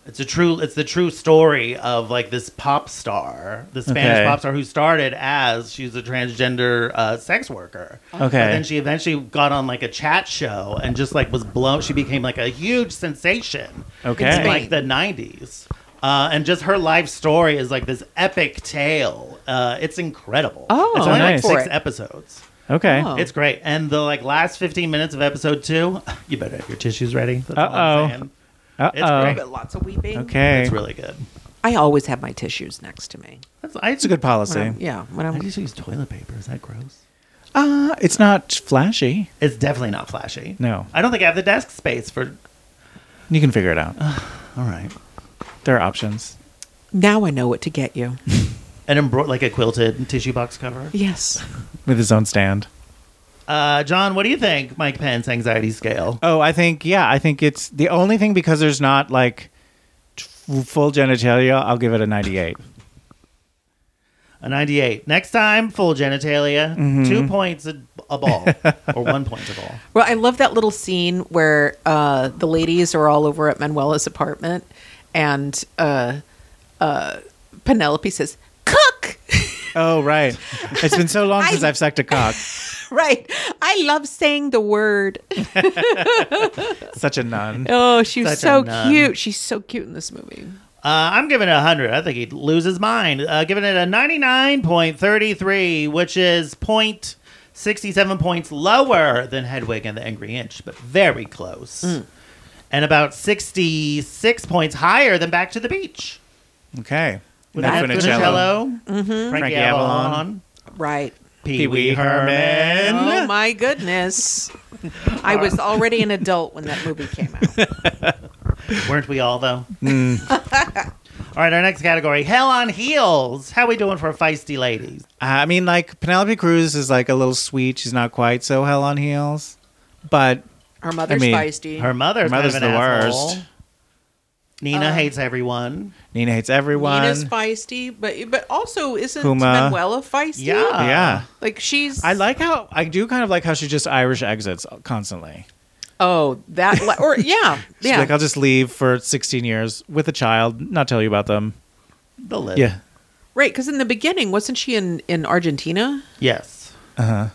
it's a true it's the true story of like this pop star, the Spanish
Okay.
pop star who started as she's a transgender uh, sex worker.
Okay.
But then she eventually got on like a chat show and just like was blown. She became like a huge sensation.
Okay.
In like the '90s. Uh, and just her life story is like this epic tale. Uh, it's incredible.
Oh,
it's only
nice.
like six
For it.
episodes.
Okay.
Oh.
It's great. And the like last 15 minutes of episode two, [LAUGHS] you better have your tissues ready. That's all
Uh-oh.
I'm saying.
Uh
It's
oh.
great.
but [LAUGHS] lots of weeping
Okay.
It's really good.
i always have my tissues next to me
That's, I,
It's a good policy.
When I'm- yeah when
I
i'm
just use toilet paper. Is that gross?
Uh, it's not flashy.
It's definitely not flashy.
No.
I don't think I have the desk space for.
You can figure it out.
All right.
There are options.
now i know what to
[LAUGHS]
get you
An embro- like a quilted tissue box cover.
yes
With his own stand.
Uh, John, what do you think? Mike Pence anxiety scale.
Oh, I think yeah, I think it's the only thing because there's not like t- full genitalia. I'll give it a 98.
A 98. Next time, full genitalia.
Mm-hmm.
Two points a, a
[LAUGHS]
ball, or one point a ball.
Well, I love that little scene where uh, the ladies are all over at Manuela's apartment, and uh, uh, Penelope says, "Cook." [LAUGHS]
oh right, it's been so long since
I-
I've sucked a cock.
right. I love saying the word.
Such a nun.
Oh, she's
Such a
so
nun.
cute. She's so cute in this movie.
Uh, I'm giving it 100. I think he'd lose his mind. Uh, giving it a 99.33, which is point sixty seven points lower than Hedwig and the Angry Inch, but very close. And about 66 points higher than Back to the Beach.
Okay.
With
Matt
Matt Funicello, Frankie,
Frankie
Avalon,
Avalon,
Right.
Pee Wee Herman.
Oh my goodness. I was already an adult when that movie came
[LAUGHS]
out.
Weren't we [LAUGHS] all,
[LAUGHS]
though?
Hmm.
all right, our next category Hell on Heels. How we doing for feisty ladies?
I mean, like Penelope Cruz is like a little sweet. She's not quite so hell on heels, but
Her mother's
mean,
feisty.
Her mother's,
Her
kind of
mother's
an
the
asshole.
worst.
Nina hates everyone.
Nina hates everyone.
Nina's feisty, but but also isn't
Puma.
Manuela feisty?
Yeah.
yeah.
Like she's
I like how I do kind of like how she just Irish exits constantly.
Oh, that
[LAUGHS]
li- or yeah,
She's
yeah.
like, I'll just leave for 16 years with a child, not tell you about them.
The list.
Yeah.
right, because in the beginning, wasn't she in in Argentina?
Yes.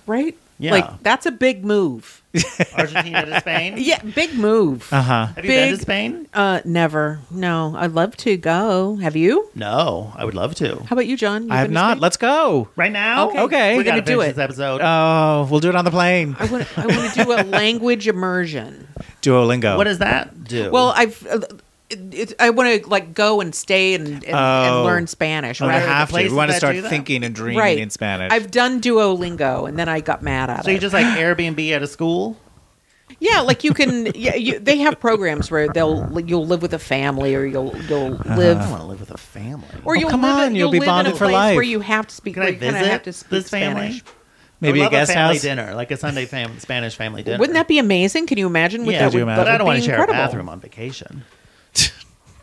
Right.
Yeah.
Like that's a big
[LAUGHS]
move.
[LAUGHS] Argentina to Spain.
Yeah, big move.
Uh huh.
Have you been
Big-
to Spain?
Uh, never. No, I'd love to go. Have you?
No, I would love to.
How about you, John? You
I have
been to
not.
Spain?
Let's go.
Right now?
Okay.
Okay.
We're
We're
going to
gonna do
do
it. Uh,
This episode.
Oh, we'll do it on the plane.
I want. I want to do
[LAUGHS]
a language immersion.
Duolingo.
what does that do?
Well, I've. Uh, it, it, I want to like go and stay and and, and
Oh.
learn Spanish.
oh, we
rather than-
have to. We
places
want to
that
start
do that?
thinking and dreaming
right
in Spanish.
I've done Duolingo, and then I got mad at
so
it.
you just like Airbnb at a school?
Yeah, like you can. Yeah, you, they have programs where they'll you'll live with a family, or you'll you'll
Uh-huh.
I don't
live,
want to live with a family.
or
Oh,
you'll
come
live
on,
in-
you'll be
live in a
bonded for
place
life.
Where you have to speak.
Can
where
I
you kinda
visit
have to speak
this family?
Spanish.
Maybe
I would
a
love
guest
family
house.
dinner, like a Sunday fam- Spanish family dinner.
Wouldn't that be amazing? Can you imagine? What
yeah,
that
you
would,
imagine?
that
but I don't
would
want
be
to share
incredible.
a bathroom on vacation.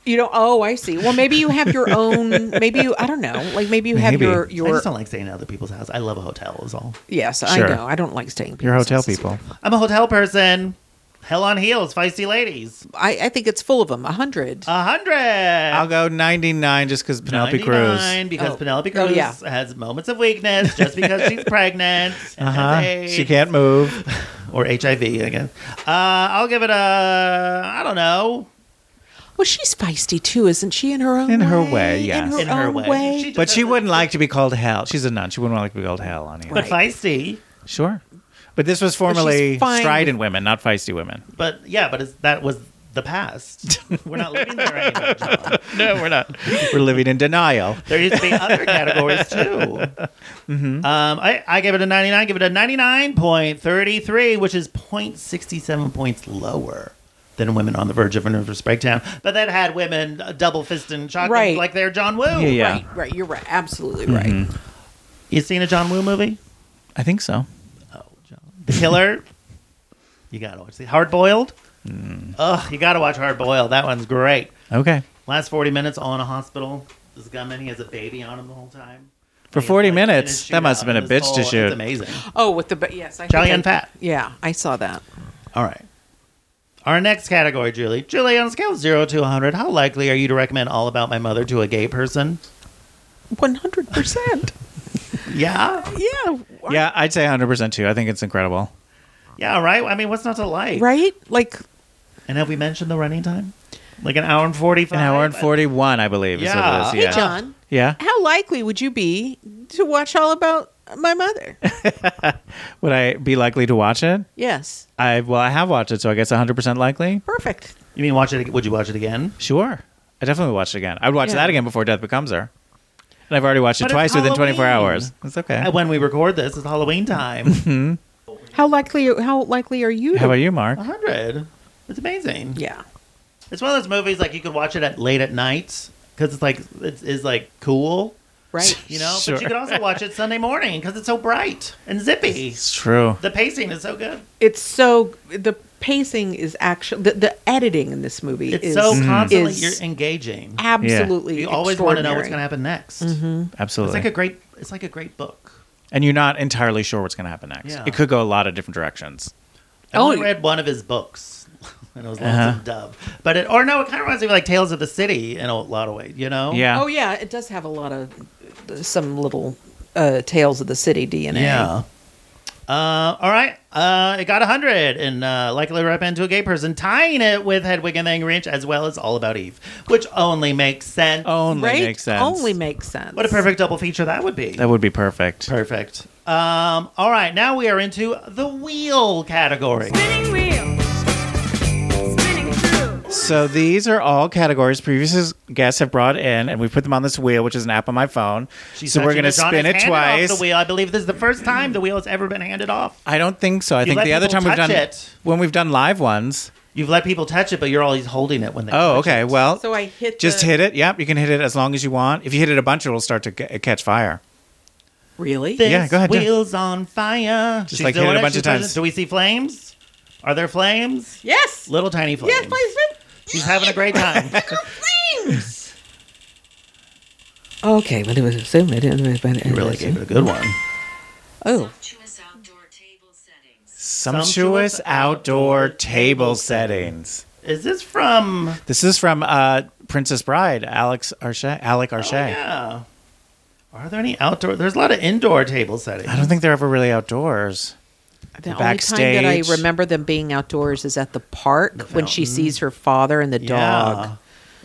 You know? Oh, I see. Well, maybe you have
[LAUGHS]
your own. Maybe you. I don't know. Like maybe you have
Maybe.
your
I
your.
just don't like staying at other people's house. I love a hotel. Is all.
Yes,
Sure.
I know. I don't like staying. in
Your
people's
hotel
houses.
people.
I'm a hotel person. Hell on heels, feisty ladies.
I, I think it's full of them. A hundred.
Uh,
A hundred.
I'll go 99 just because Penelope Cruz.
99, Because
Oh.
Penelope
Oh,
Cruz
yeah.
has moments of weakness just because she's pregnant. And has
Huh?
AIDS.
[LAUGHS] She can't move.
or HIV again. Uh, I'll give it a I don't know
well, she's feisty too, isn't she? In her own
In
way.
her way, yes.
In her
in her
own
way.
way.
just
But she
doesn't-
wouldn't like to be called hell. She's a nun. She wouldn't like to be called hell on here.
But feisty.
Sure. But this was
she's
formerly
fine.
strident women, not feisty women.
But yeah, but it's, that was the past. We're not living there anymore. John.
No, we're not. [LAUGHS] we're living in denial.
There used to be other categories too.
[LAUGHS] Mm-hmm.
Um, I, I give it a 99. Give it a 99.33, which is 0.67 points lower than Women on the Verge of a Nervous Breakdown. But that had women uh, double fisting chocolate
Right.
like they're John Woo.
yeah. Mm-hmm.
Right, right. You're right. Absolutely right.
You seen a John Woo movie?
I think so.
Oh, John. The Killer. you got to watch the Hard Boiled.
Hmm.
Ugh, you got to watch Hard Boiled. That one's great.
Okay.
Last 40 minutes all in a hospital. This gunman, he has a baby on him the whole time.
For
He's,
40
like, in
minutes?
a
That must
shootout,
have been a
and this
bitch to
whole-
shoot.
It's amazing.
Oh, with the ba- yes, I
Charlie
think I-
and Pat.
Yeah, I saw that.
All right. Our next category, Julie. Julie, on a scale of 0 to 100, how likely are you to recommend All About My Mother to a gay person?
One hundred percent.
Yeah.
Yeah.
Yeah, I'd say 100% too. I think it's incredible.
Yeah, right? I mean, what's not to like?
Right? Like
And have we mentioned the running time? Like an hour and 45?
An hour and 41, I believe.
Yeah.
Is what it
Hey,
is. Yeah.
John,
Yeah.
how likely would you be to watch all about my [LAUGHS] mother?
Would I be likely to watch it?
yes.
I well, I have watched it, so I guess 100% likely.
Perfect.
You mean watch it? ag- Would you watch it again?
Sure. I definitely watch it again. I'd watch
Yeah.
that again before Death Becomes Her. And I've already watched
But
it
it's
twice within 24
Halloween.
hours. It's okay.
Uh, When we record this, it's Halloween
[LAUGHS]
time.
How likely how likely are you to
How about you, Mark?
100. It's amazing.
Yeah.
It's one of those movies like you could watch it at late at night because it's like it's, it's like cool,
Right.
you know.
Sure.
But you could also watch it Sunday morning because it's so bright and zippy.
[LAUGHS] It's true.
The pacing is so good.
[LAUGHS] it's so the pacing is actually the, the editing in this movie
It's
is
so
Mm.
constantly
is
you're engaging.
absolutely
You always want to know what's going to
extraordinary. Mm-hmm.
happen next. It's
Absolutely.
like a great. It's like a great book.
and you're not entirely sure what's going to happen next.
Yeah.
It could go a lot of different directions.
I
Oh, Uh-huh.
only
you-
read one of his books. [LAUGHS] And it was Lonesome Dove, but it or no, it kind of reminds me of like Tales of the City in a lot of ways, you know.
Yeah.
Oh yeah, it does have a lot of uh, some little uh, tales of the city DNA.
Yeah. Uh, all right. Uh, it got 100 and uh, likely recommend to a gay person, tying it with Hedwig and the Angry Inch, as well as All About Eve, which only makes sense.
Only
right.
makes sense.
Only makes sense.
What a perfect double feature that would be.
that would be perfect.
Perfect. Um, all right. Now we are into the wheel category.
So these are all categories previous guests have brought in, and we put them on this wheel, which is an app on my phone.
She's
so we're
touching
going to
John
spin
has
it
handed off
twice.
The wheel. I believe this is the first time the wheel has ever been handed off.
I don't think so. I think
let
the other
people
time we've
touch
done
it.
when we've done live ones.
You've let people touch it, but you're always holding it when they.
Oh,
touch
okay.
it.
Well,
So I hit
just
the-
hit it. Yep, you can hit it as long as you want. If you hit it a bunch, it'll start to ca- catch fire.
really?
This
Yeah, go ahead, Dan.
Wheels on fire.
Just, like, hit
doing
it a bunch
She's
of
touching-
times.
Do we see flames? Are there flames?
yes.
Little tiny flames.
yes, please.
She's having a great time. [LAUGHS]
Okay, but it was assumed I didn't. But
you really gave it a good one.
Oh,
Sumptuous outdoor table settings.
Is this from?
This is from uh, Princess Bride, Alex Arche, Alec
Oh,
Arche.
Yeah. Are there any outdoor? There's a lot of indoor table settings.
I don't think they're ever really outdoors.
the only time
Backstage.
that I remember them being outdoors is at the park when she sees her father and the dog.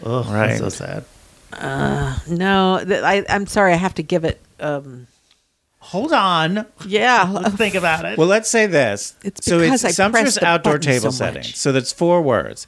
Ugh,
Right.
that's so sad.
No, th- I, I'm sorry. I have to give it. Um,
Hold on.
[LAUGHS] yeah,
Think about it.
Well, let's say this.
It's
so
because I pressed
it's sumptuous
the
outdoor
button
table
so much.
settings. So that's four words.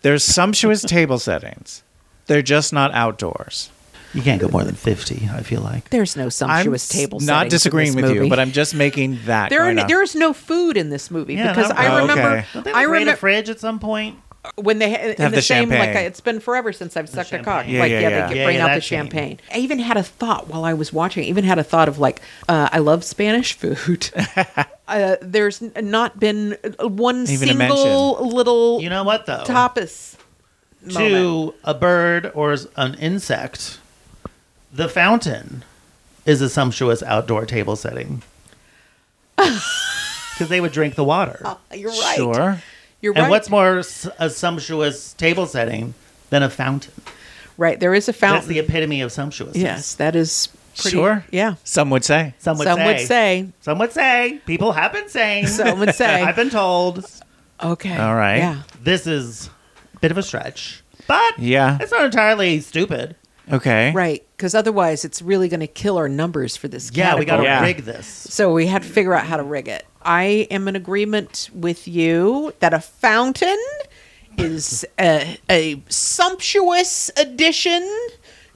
There's [LAUGHS] sumptuous table settings. They're just not outdoors.
you can't go more than fifty. I feel like.
there's no sumptuous
I'm
table.
Not
settings in
disagreeing
this
with you,
movie.
but I'm just making that.
there are
going
no,
on.
there is no food in this movie
Yeah,
because
not
I
really.
remember
Oh, Okay.
Don't they
Oh, I
like, raid a
remember
fridge at some point.
when they in
have
the,
the
same like
champagne.
I, it's been forever since I've sucked a cock.
champagne.
like yeah,
Yeah, yeah,
they
yeah.
could
Yeah,
bring
yeah,
out the
that champagne.
champagne. I even had a thought while I was watching. I even had a thought of like uh, I love Spanish food.
[LAUGHS]
uh, there's n- not been uh, one
Even a
single little
You know what though?
tapas. moment.
to a bird or s- an insect, the fountain is a sumptuous outdoor table
[LAUGHS]
setting. Because they would drink the water.
You're right.
Sure.
Oh, You're
and
right.
what's more s- a sumptuous table setting than a fountain?
right? There is a
That's
fountain.
the epitome of sumptuousness.
yes, that is pretty.
sure.
Yeah.
Some would say.
Some would
Some
say.
would say.
Some would say. People have been saying.
[LAUGHS] Some would
[LAUGHS]
say.
I've been told
Okay.
All right.
Yeah.
this is a bit of a stretch. But
Yeah.
it's not entirely stupid.
Okay.
Right. Because otherwise, it's really going to kill our numbers for this.
Yeah, we got to
category.
Yeah.
rig this.
So we had to figure out how to rig it. I am in agreement with you that a fountain is a, a sumptuous addition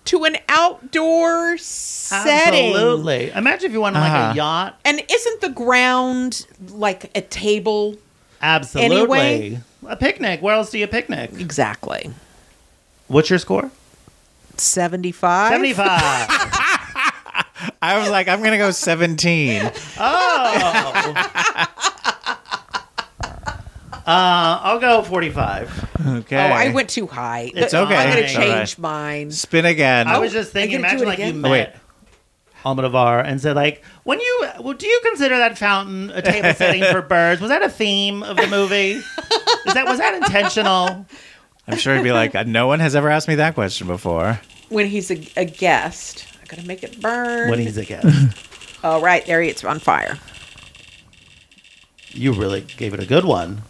to an outdoor setting.
Absolutely. Imagine if you went on like
Uh-huh.
a yacht.
And isn't the ground like a table?
Absolutely.
Anyway.
A picnic. Where else do you picnic?
Exactly.
What's your score?
75? [LAUGHS]
75.
I was like, I'm gonna go 17.
oh. Uh, I'll go 45.
[LAUGHS]
Okay.
Oh, I went too high.
It's
But I'm
okay.
going to
It's
change
all
right.
mine.
Spin again.
I was just thinking,
I gotta do
imagine
it
like you
again.
met
Oh, wait.
Almodovar and said like, when you, well, do you consider that fountain a
[LAUGHS]
table setting for birds? Was that a theme of the movie? Is that was that
[LAUGHS]
intentional?
I'm sure he'd
[LAUGHS]
be like, no one has ever asked me that question before.
When he's a, a guest, I got to make it burn.
When he's a guest,
All right, there he is on fire.
you really gave it a good one.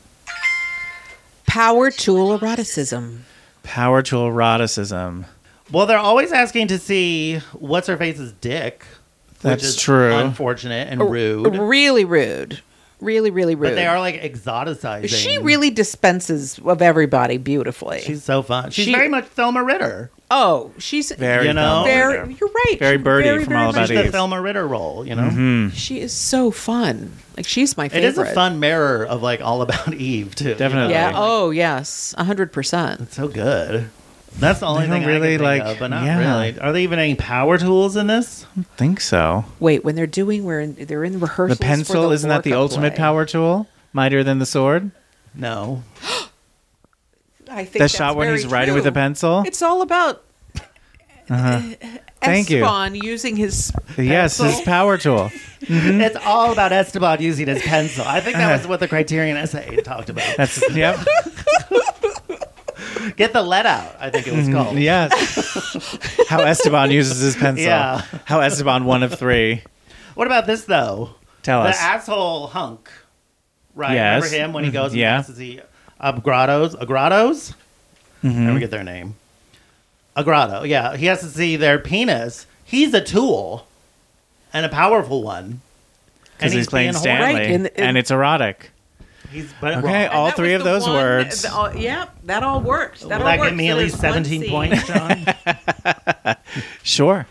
Power tool eroticism.
Power to eroticism.
Well, they're always asking to see what's her face's dick.
That's true.
Unfortunate and rude.
Really rude. Really, really Oh, rude.
But they are like exoticizing.
she really dispenses of everybody beautifully.
She's so fun. She's
She-
very much Thelma Ritter.
oh, she's
Very
You know?
Thelma
very-
Ritter.
You're right.
Very birdie from All About
She's the
Eve. Mm-hmm.
Thelma Ritter role, you know?
She is so fun. Like she's my
It
favorite.
is a fun mirror of like All About [LAUGHS] Eve, too.
Definitely.
Yeah.
Like-
Oh yes, a hundred percent.
So good. That's the only
don't
thing
really,
I can think
like-
of, but not
yeah.
really. Are there even any power tools in this?
Think so.
Wait, when they're doing, we're in, they're in
The
rehearsals. for
pencil,
the
isn't that the
Lorca
ultimate
play.
power tool? Mightier than the sword?
No.
I think
That
that's
shot when
very
he's writing with a
true.
pencil?
It's all about
Thank you.
Esteban using his.
Yes, his power tool. Hmm.
It's all about Esteban using his pencil. I think
Uh-huh.
that was what the Criterion essay talked about.
[LAUGHS]
That's, yep.
Get the let out, I think it
Hmm.
was called.
Yes.
[LAUGHS]
How Esteban uses his pencil.
Yeah.
How Esteban, one of three.
What about this, though?
Tell
the
us.
asshole hunk, right?
Oh, Yes. Mm-hmm.
Remember him when he goes and
Yeah.
passes the Agrados? Agrados? I
Mm-hmm.
forget their name. Agrado, yeah. He has to see their penis. He's a tool and a powerful one.
Because
And
he's, playing
being horny.
Stanley.
Right, and-
and it's erotic.
He's, but
Okay,
wrong.
all
That
three
was
of
the
those
one-
words.
the- all- yep, that all worked. That
Will
all
that
worked.
give me
So
at least
there's one
17
scene.
points, John?
[LAUGHS]
Sure.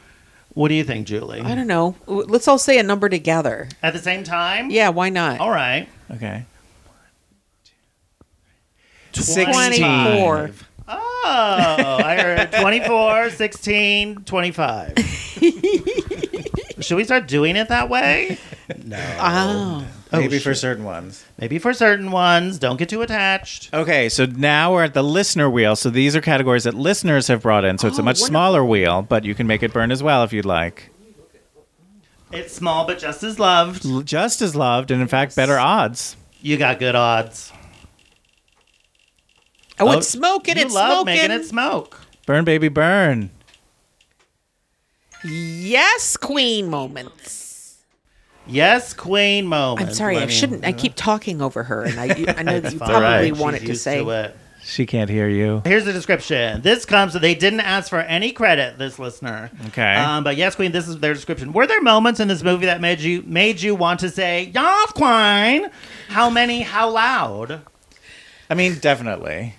what do you think, Julie?
I don't know. W- Let's all say a number together.
At the same time?
Yeah, why not?
All right.
Okay.
24.
Oh, I heard 24, 16, 25. Should we start doing it that way?
Oh,
Maybe for certain ones.
Maybe for certain ones. Don't get too attached.
Okay, so now we're at the listener wheel. So these are categories that listeners have brought in. So it's a
Oh,
much
wonderful.
smaller wheel, but you can make it burn as well if you'd like.
It's small, but just as loved.
L- Just as loved, and in fact, better odds.
You got good odds.
oh,
Oh,
it's smoking.
you
it's
love
smoking.
making it smoke.
Burn, baby, burn.
yes, queen moments.
Yes, queen moment.
I'm sorry, I
Let me-
shouldn't. I keep talking over her, and I, I know that you
All
probably
right.
wanted
She's
to
used
say.
it.
She can't hear you.
Here's the description. This comes. They didn't ask for any credit. This listener.
Okay.
Um, but yes, Queen. This is their description. Were there moments in this movie that made you made you want to say "Yes, Queen"? How many? How loud?
I mean, definitely.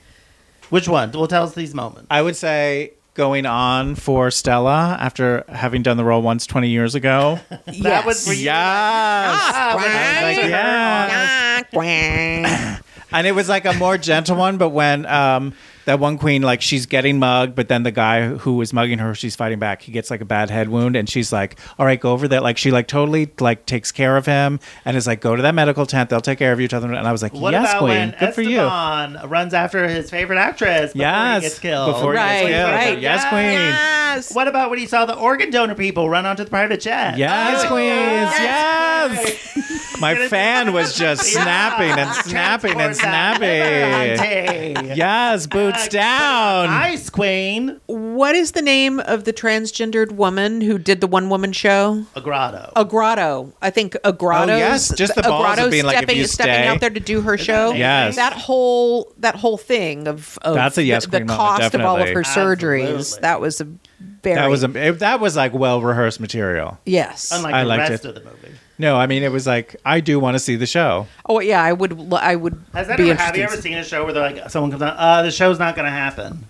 Which one? Well, tell us these moments.
I would say going on for Stella after having done the role once 20 years ago. [LAUGHS]
Yes.
That was
[LAUGHS]
for you.
yes.
Ah, when I
Like,
was like,
yes.
Ah, quang.
and it was like a more gentle one but when um that one queen like she's getting mugged but then the guy who was mugging her she's fighting back he gets like a bad head wound and she's like all right go over that like she like totally like takes care of him and is like go to that medical tent they'll take care of you tell them and i was like
What
yes
about
queen
when
good for you
Esteban runs after his favorite actress before
yes
he gets killed?
before he
Right,
gets killed.
right.
yes queen
Yes.
What about when he saw the organ donor people run onto the private jet?
yes queens yes, my
[LAUGHS]
fan was just
Yeah.
snapping and snapping and
Towards that [LAUGHS] liver
snapping
hunting.
yes
Uh,
boots down
Ice Queen
What is the name of the transgendered woman who did the one woman show?
a grotto.
A grotto. I think a grotto.
yes, just the balls of being like, if
stepping,
you stay-
stepping out there to do her show.
Yes.
that whole that whole thing of, of
That's a yes
the, the
queen moment,
cost of all of her
definitely.
surgeries.
Absolutely.
That was a very
That was a, it, that was like well rehearsed material.
yes.
Unlike
I
the
liked
rest
it.
of the movie.
No, I mean it was like I do want to see the show.
oh yeah, I would l- I would
Has that
be
ever, have you ever
interested.
seen a show where they're like, someone comes on, uh, the show's not going to happen?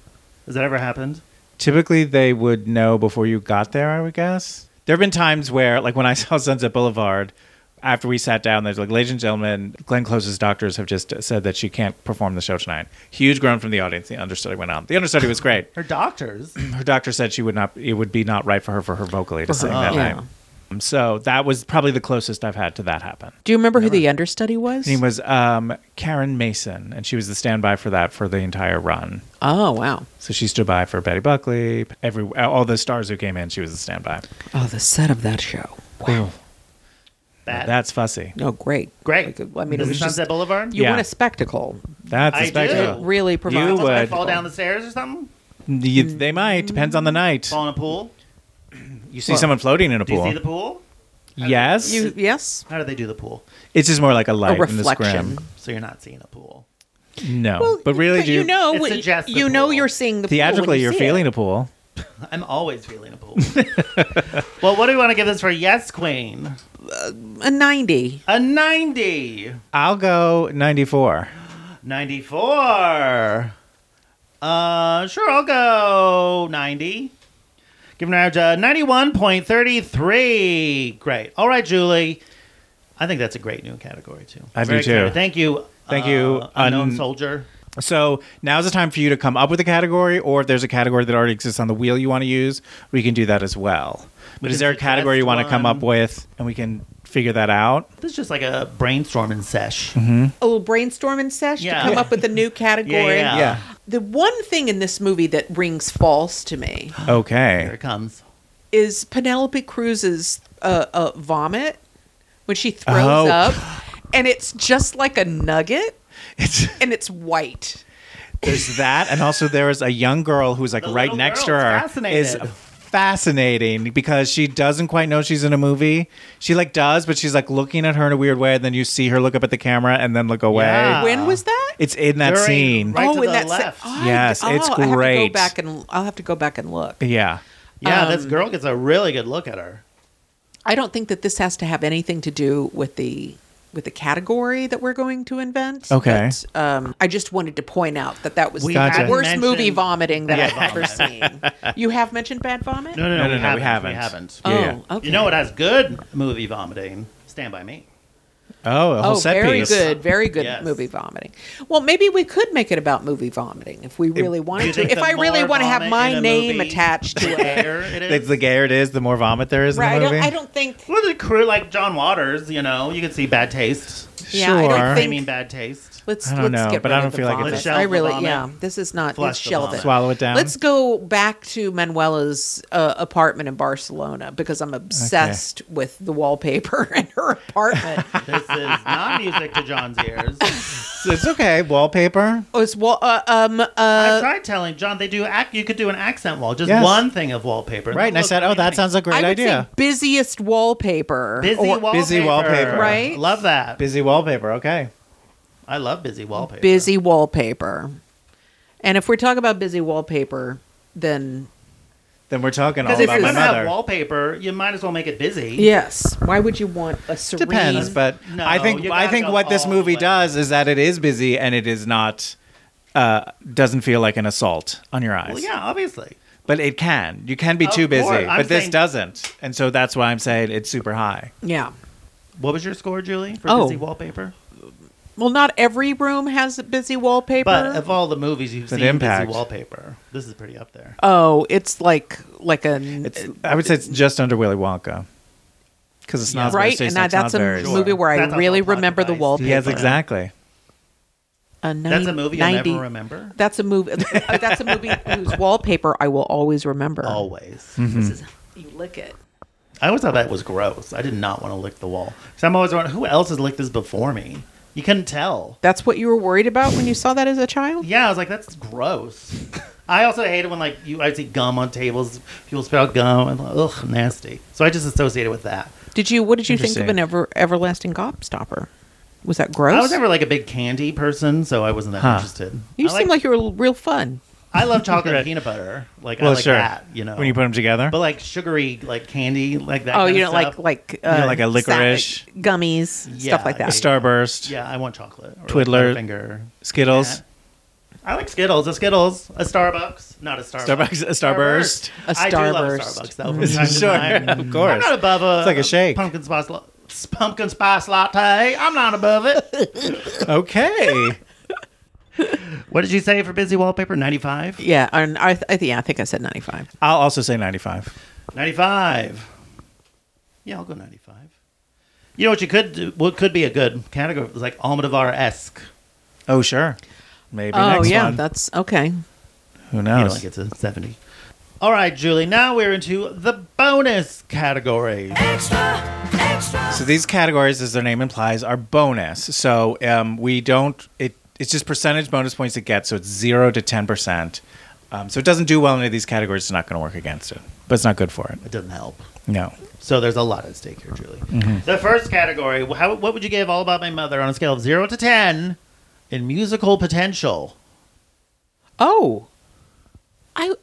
Has that ever happened?
Typically, they would know before you got there. I would guess there have been times where, like when I [LAUGHS] saw Sunset Boulevard, after we sat down, there's like, ladies and gentlemen, Glenn Close's doctors have just said that she can't perform the show tonight. Huge groan from the audience. The understudy went on. The understudy was great.
Her doctors.
[CLEARS THROAT] Her doctor said she would not. It would be not right for her for her vocally to sing that
Yeah.
night. them. So that was probably the closest I've had to that happen.
Do you remember who the understudy was?
It was um, Karen Mason, and she was the standby for that for the entire run.
oh wow!
So she stood by for Betty Buckley, every all the stars who came in. She was the standby.
Oh, the set of that show.
That,
That's fussy.
Oh, great,
great.
Like, I mean,
This
it was
is
just,
Sunset Boulevard.
you
Yeah.
want a spectacle.
That's a
I
spectacle.
do.
Really provides.
You
I
would.
fall down the stairs or something.
You- they might depends on the night.
Fall in a pool.
[CLEARS THROAT] You see someone floating in a
Do you
pool.
see the pool?
yes,
You- yes,
How do they do the pool?
it's just more like a light in the
reflection.
scrim.
So you're not seeing a pool.
No, but really,
But you know,
It
when-
suggests the
you know,
pool.
you're seeing the pool when
theatrically
you
you're
see
feeling
it.
a pool.
I'm always feeling a pool. [LAUGHS] well, what do we want to give this for? Yes, Queen.
a ninety.
A 90.
I'll go ninety four.
94. Uh, sure, I'll go 90. Give an average of 91.33. Great. All right, Julie. I think that's a great new category, too.
I do, too.
excited. Thank you.
Thank you,
uh, Unknown
un-
Soldier.
So now's the time for you to come up with a category, or if there's a category that already exists on the wheel you want to use, we can do that as well. But is
can
there a category you
suggest
want to come up
one.
with, and we can figure that out?
This is just like a brainstorming sesh.
Mm-hmm.
A little brainstorming sesh
[LAUGHS] Yeah.
to come up with a new category.
Yeah. Yeah.
The one thing in this movie that rings false to me
Uh, Here
Okay.
it comes.
is Penelope Cruz's uh, uh, vomit when she throws
Oh.
up, and it's just like a nugget,
It's,
and it's white.
there's that, and also there is a young girl who's like
The
right
little
next to
girl's
her
fascinated.
is fascinating because she doesn't quite know she's in a movie. She like does, but she's like looking at her in a weird way, and then you see her look up at the camera and then look away.
Yeah.
when was that?
Ah.
Oh,
It's in that
During-
scene.
Right to
and
the
that's
left.
Yes, it's
oh, I have to
great.
go back and I'll have to go back and look.
Yeah.
Yeah, this girl gets a really good look at her.
I don't think that this has to have anything to do with the with the category that we're going to invent.
Okay.
But, um, I just wanted to point out that that was
We
Gotcha.
the
had
worst
mentioned
movie vomiting that
bad
I've ever seen. You have mentioned bad vomit.
No, no, no,
No, no,
we,
no, we
haven't.
haven't.
oh,
Yeah, yeah.
okay.
You know what has good movie vomiting? Stand by me.
Oh, a whole
Oh,
set
very
piece.
good, very good
Yes.
movie vomiting. Well, maybe we could make it about movie vomiting if we really
Do you
wanted to.
think
If
the
I really
more
want to have
vomit in
my
a
name
movie, [LAUGHS]
attached
the
to it,
gayer it
The,
is.
the gayer it is, the more vomit there is in
right? I
the movie.
don't, I don't think.
Well, the crew like John Waters, you know, you can see bad taste.
Yeah, I
Sure.
don't
I
think.
mean, bad taste.
Let's
I
let's
don't know,
get
but
rid
I
of
don't
the
feel like it
vomit.
does.
I really
Shelve the
yeah.
vomit.
This is not
Flush
let's
the
shelve
vomit.
it.
Swallow it down.
Let's go back to Manuela's uh, apartment in Barcelona because I'm obsessed with the wallpaper [LAUGHS] in her
[LAUGHS]
apartment.
This is
[LAUGHS]
not music to John's
Uh,
ears.
it's okay. Wallpaper.
oh, it's wall. Uh, um.
I
Uh,
tried telling John they do. Ac- you could do an accent wall, just
Yes.
one thing of wallpaper.
Right. And I
Look,
said,
what
oh,
do you
that
think?
sounds like a
I
great
would
idea.
say busiest wallpaper.
busy
or-
wallpaper.
busy wallpaper.
Right?
Love that.
Busy wallpaper. Okay.
I love busy wallpaper.
busy wallpaper. And if we're talking about busy wallpaper, then
Then we're talking all
Because if
about
you're
my
gonna have
mother.
wallpaper, you might as well make it busy.
yes, why would you want a serene?
Depends, but
No,
I think
you
I
gotta
think
go
what this
all
movie
the way.
does is that it is busy and it is not uh, doesn't feel like an assault on your eyes.
Well, yeah, obviously.
But it can. You can be
Of
too busy,
course, I'm
but this
saying-
doesn't. And so that's why I'm saying it's super high.
Yeah.
What was your score, Julie, for
Oh.
busy wallpaper?
Well, not every room has a busy wallpaper.
But of all the movies you've
An
seen,
impact.
busy wallpaper. This is pretty up there.
oh, it's like like a
It's, I would say it's just under Willy Wonka. Cuz it's not
right, and I, that's a movie where
That's
I
a
really
little pocket
remember the
device.
wallpaper.
Yes, exactly.
A nine-
That's a movie you'll
90
never remember.
That's
[LAUGHS]
a movie. uh, that's a movie whose wallpaper I will always remember.
Always.
Mm-hmm.
This is you lick it.
I always thought that was gross. I did not want to lick the wall. Because I'm always wondering, who else has licked this before me? You couldn't tell.
That's what you were worried about when you saw that as a child.
Yeah, I was like, that's
[LAUGHS]
gross. I also hate it when like you I see gum on tables, people spit out gum and like, ugh, nasty. So I just associate it with that.
Did you? What did you think of
Interesting.
an ever everlasting gobstopper? Was that gross?
I was never like a big candy person, so I wasn't that
Huh.
interested.
you
I
seem like you were real fun.
I
[LAUGHS]
love chocolate and peanut butter. Like I
Well,
like
sure.
that, you know.
When you put them together.
but like sugary like candy like that.
Oh,
kind
you
of
don't like
stuff.
like uh,
like a licorice?
snack- gummies,
Yeah,
stuff like that.
yeah.
Starburst,
Yeah, I want chocolate. Or
Twiddler.
Like Butterfinger.
Skittles,
I like Skittles. A Skittles. A Starbucks. Not a Starbucks.
Starbucks, a Starburst. Mm-hmm.
A
I do love
Starburst.
Starbucks though. From time to
Sure,
time.
of course.
I'm not above a.
It's like a shake.
Pumpkin spice. la- Pumpkin spice latte. I'm not above
[LAUGHS]
it.
[LAUGHS] Okay.
what did you say for busy wallpaper? 95?
Yeah, and I, th- I think yeah, I think I said ninety five.
I'll also say 95.
95. Yeah, I'll go 95. You know what you could do? What could be a good category is like Almodovar esque.
Oh, sure. Maybe
Oh
next
yeah,
one.
that's okay.
Who
You know,
knows?
like it's a 70. All right, Julie, now we're into the bonus category.
So these categories, as their name implies, are bonus. So um, we don't. It it's just percentage bonus points it gets. So it's zero to ten percent. Um, so it doesn't do well in any of these categories. It's not going to work against it, but it's not good for it.
It doesn't help.
No.
So there's a lot at stake here, Julie.
Mm-hmm.
The first category how, what would you give All About My Mother on a scale of 0 to 10 in musical potential?
Oh, I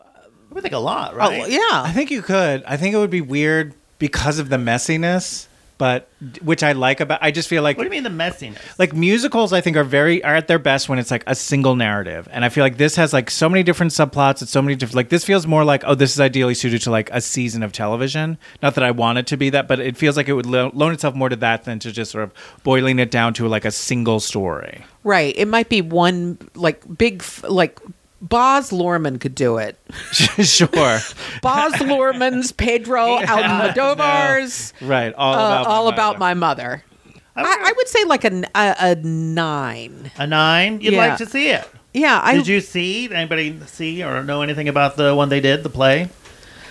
I would think a lot,
oh
right?
yeah.
I think you could. I think it would be weird because of the messiness, but which I like about. I just feel like
What do you mean the messiness?
like musicals i think are very are at their best when it's like a single narrative and i feel like this has like so many different subplots and so many different like this feels more like oh this is ideally suited to like a season of television not that i want it to be that but it feels like it would lo- loan itself more to that than to just sort of boiling it down to like a single story [LAUGHS]
Right. It might be one like big f- like Boz Lorman could do it.
sure
Boz Lorman's Pedro Almodovar's
right all
uh,
about
all
my
about
mother.
my mother. I, I would say like a, n- a- a nine.
A 9? You'd
Yeah.
like to see it.
Yeah, I
Did you see? Anybody see or know anything about the one they did, the play?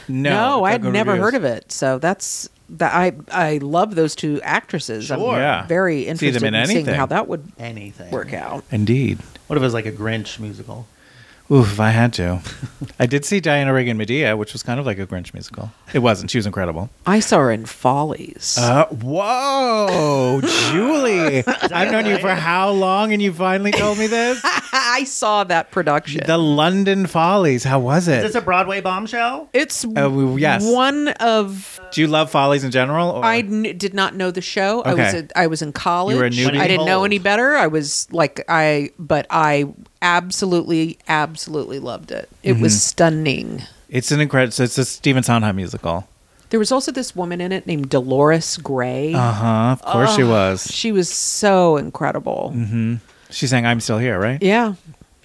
no,
no, I had
Google
never
reviews.
heard of it. So that's that. I I love those two actresses.
Sure.
I'm
Yeah. See
very
them
interested
in
in, seeing
anything.
how that would
Anything.
work out.
indeed
What if it was like a Grinch musical?
Oof, if I had to. [LAUGHS] I did see Diana Reagan Medea, which was kind of like a Grinch musical. It wasn't. She was incredible.
I saw her in Follies.
[LAUGHS]
Uh, whoa, Julie! I've known you for how long, and you finally told
[LAUGHS]
me this.
[LAUGHS] I saw that production.
the London Follies. How was
Is this
it?
a Broadway bombshell?
it's
Oh, w- yes.
one of
Do you love Follies in general? Or?
I kn- did not know the show. I was
Okay.
a, I was in college.
newbie?
I didn't know
Old.
any better. I was like I, but I absolutely, absolutely loved it. It
Mm-hmm.
was stunning.
It's an incredible. So it's a Stephen Sondheim musical.
There was also this woman in it named Dolores Gray.
Uh huh. Of course
Oh.
she was.
She was so incredible.
She sang "I'm Still Here," right?
Yeah.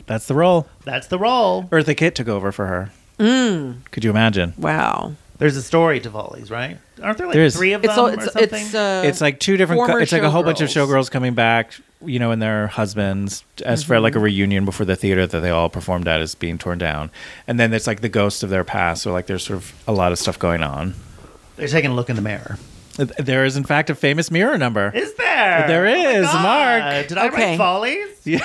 That's the role.
That's the role.
Eartha Kitt took over for her.
Hmm.
Could you imagine?
Wow.
There's a story to Follies, right? Aren't there like
There's-
three of them
It's all,
or
it's
something?
it's uh,
it's like two different. co-
former
it's like a whole bunch of
showgirls.
showgirls coming back, you know, and their husbands, as for like a reunion before the theater that they all performed at is being torn down, and then it's like the ghost of their past. So like, there's sort of a lot of stuff going on.
They're taking a look in the mirror.
There is, in fact, a famous mirror number.
Is there?
There is, Mark.
God. Did I
Oh Okay.
write Follies?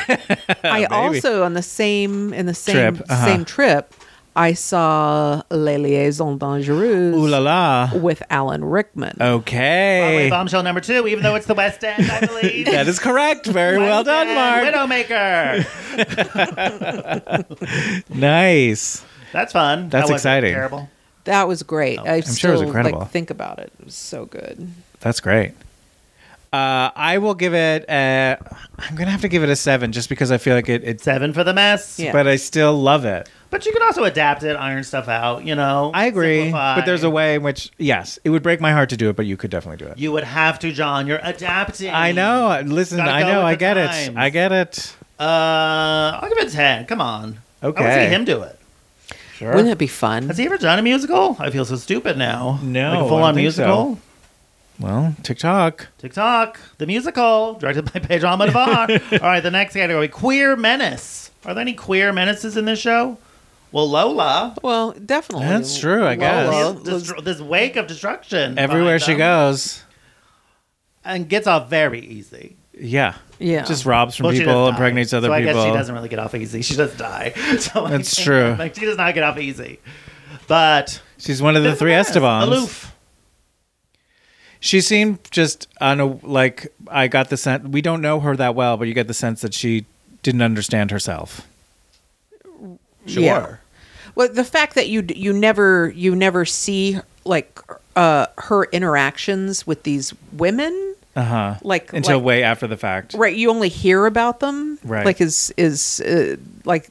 I also on the same in the same
oh, Trip, uh-huh.
same trip, I saw Les Liaisons Dangereuses
Ooh la la. Uh,
with Alan Rickman.
Broadway
Okay,
bombshell number two, even though it's the West End, I believe.
[LAUGHS] that is correct. Very well
West
done,
End,
Mark.
Widowmaker.
Nice.
That's fun.
That's
That wasn't
exciting.
Terrible.
That was great. I am
sure it was incredible.
Like, think about it. It was so good.
That's great. Uh, I will give it. A, I'm gonna have to give it a seven, just because I feel like it. It's,
Seven for the mess.
Yeah.
but I still love it.
But you could also adapt it, iron stuff out. You know.
I agree,
simplify.
but there's a way in which yes, it would break my heart to do it, but you could definitely do it.
You would have to, John. You're adapting.
I know. Listen,
Gotta
I
go
know.
with
I
the
get it.
times.
I get it.
Uh, I'll give it ten. Come on. I want to
Okay.
see him do it.
Wouldn't it be fun?
Has he ever done a musical? I feel so stupid now.
No,
like
I
a
don't
full-on
think so.
musical.
Well, TikTok.
TikTok, the musical, directed by [LAUGHS] Pedro
[LAUGHS]
Almodovar. All right, the next category: queer menace. Are there any queer menaces in this show? Well, Lola.
Well, definitely.
That's true, I guess.
Lola
this,
was-
this wake of destruction.
Everywhere
behind
she
them,
goes.
and gets off very easy.
Yeah.
Yeah.
Just robs from
Well, she does
people,
die.
impregnates other
so I
people.
guess she doesn't really get off easy. She does die. [LAUGHS] So like,
That's true.
[LAUGHS] Like she does not get off easy. But
She's one of the three Estebans.
aloof.
She seemed just on a like. I got the sense we don't know her that well, but you get the sense that she didn't understand herself.
Sure.
Yeah. Well, the fact that you d- you never you never see like uh, her interactions with these women,
Uh huh.
like
Until
like,
way after the fact.
right? You only hear about them,
Right.
Like is is uh, like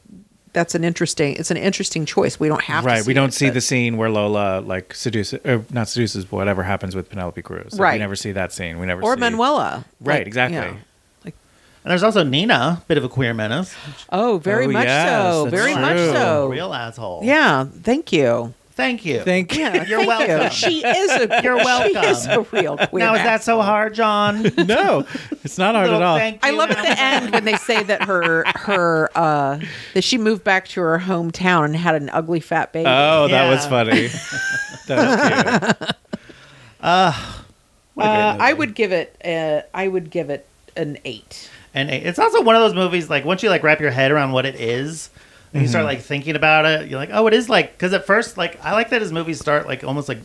that's an interesting. It's an interesting choice. We don't have
right
To see
we don't
it,
see
but-
the scene where lola like seduces or not seduces but whatever happens with penelope cruz Like, we
Right.
never see that scene we never
or
see
Manuela,
Right,
Like,
exactly.
yeah.
And there's also Nina, bit of a queer menace.
Oh, very
Oh,
much
yes,
so.
that's
Very
true.
much so.
Real asshole.
Yeah. Thank you.
Thank you.
Thank you.
Yeah,
You're
thank you.
welcome.
She is
[LAUGHS]
a
You're
She is a
welcome.
real queer.
now is that so hard,
[LAUGHS]
John?
[LAUGHS] no, it's not hard at
Little
all.
thank
I
you
love at
now.
the end when they say that her her uh that she moved back to her hometown and had an ugly fat baby.
Oh,
Yeah.
that
[LAUGHS]
was funny. that was cute.
What a great
Uh,
movie.
I would give it. Uh, I would give it an eight.
and it- it's also one of those movies like once you like wrap your head around what it is and you
Mm-hmm.
start like thinking about it you're like oh it is like because at first like i like that his movies start like almost like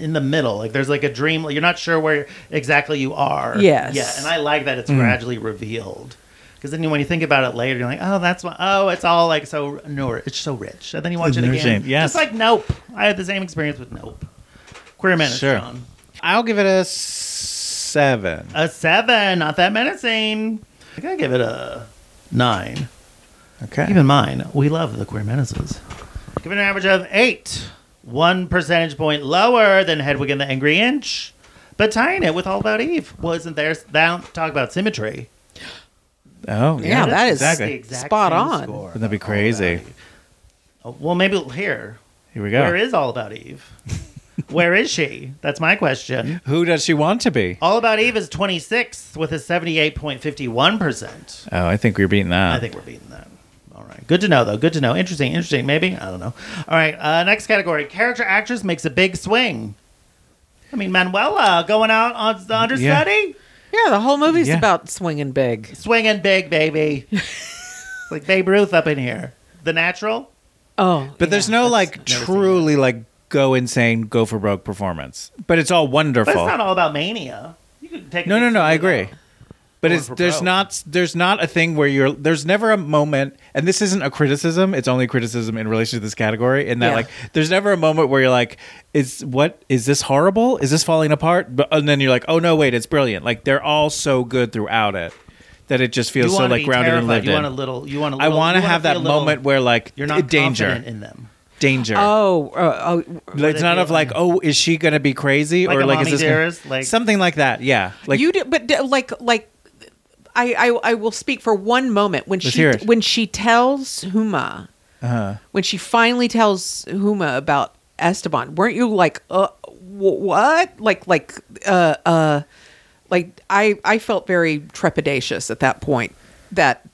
in the middle like there's like a dream like, you're not sure where exactly you are
Yes.
yeah and i like that
Mm.
it's gradually revealed because then you, when you think about it later you're like oh that's why oh it's all like so no it's so rich and then you watch it again
Nourishing, yes.
just like nope i had the same experience with nope queer menace
Sure.
John.
I'll give it a seven.
a seven not that menacing i gotta give it a nine
Okay.
Keep in mind, we love the queer menaces. Give it an average of eight, one percentage point lower than Hedwig and the Angry Inch, but tying it with All About Eve. Well, isn't there? Now talk about symmetry.
oh,
Yeah, that is
It's the
exactly.
exact
Spot
same
on.
score.
Wouldn't that be crazy?
Oh, Well, maybe here.
Here we go.
Where is All About Eve? Where is she? That's my question.
Who does she want to be?
All About Eve is 26th with a 78.51%.
Oh, I think we're beating that.
I think we're beating that. All right. Good to know, though. Good to know. Interesting. Interesting. Maybe. I don't know. All right. Uh, next category character actress makes a big swing. I mean, Manuela going out on the understudy?
Yeah, the whole movie's
Yeah.
about swinging big.
Swinging big,
[LAUGHS]
baby. It's like Babe Ruth up in here. The natural?
Oh,
but there's no like
never seen
truly like go insane, go for broke performance. But it's all wonderful.
But it's not all about mania. You could take
no,
it
no,
to
no. I
the-
agree. But it's
for
there's
broke.
not there's not a thing where you're there's never a moment and this isn't a criticism it's only criticism in relation to this category in that
Yeah.
like there's never a moment where you're like is what is this horrible is this falling apart but and then you're like oh no wait it's brilliant like they're all so good throughout it that it just
You
feels so
wanna be
like grounded and
terrified.
lived
you
in
want a little. You want a
I
little,
want
you
to
wanna
have
feel
that
a little-
moment where like
you're not
danger
confident in them.
danger
Oh, uh, oh,
it's not of like, oh, is she gonna be crazy
Like
or
a
like
mommy
is this
dearest, like-
something like that? Yeah, like
you did, but d- like like I, I I will speak for one moment when
Let's
she
hear it. Uh-huh.
when she tells Huma when she finally tells Huma about Esteban weren't you like uh wh- what like like uh uh like I I felt very trepidatious at that point that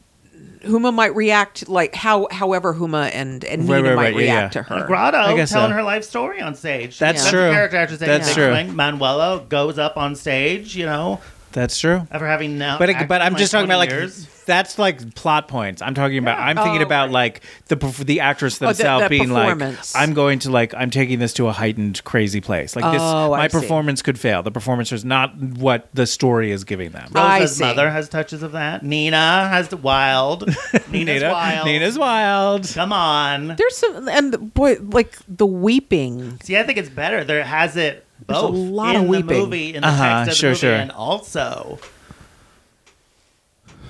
Huma might react like how however Huma and and Nina
Right, right,
might
right, yeah,
react
yeah.
to her
Grotto
I guess
telling
so.
her life story on stage.
That's
the
true.
character actress that
That's
takes
true.
swing. Manuela goes up on stage, you know,
that's true.
after having now.
But it,
acted
but I'm
like
just talking about
20
like
years.
that's like plot points. I'm talking about. I'm thinking
Oh,
about like the perf- the actress
the-
themselves
the
being like,
performance.
I'm going to like I'm taking this to a heightened crazy place. Like this,
Oh, I
my
see.
performance could fail. The performance is not what the story is giving them.
I
Rosa's
see.
mother has touches of that. Nina has the
[LAUGHS]
wild. Nina's
Nina-
wild.
Nina's wild.
Come on.
there's some and the- boy like the weeping
See, I think it's better. There has it
There's a
both
lot
in
of
the
weeping.
movie, in the
Uh-huh,
text of
sure,
the movie,
sure.
and also.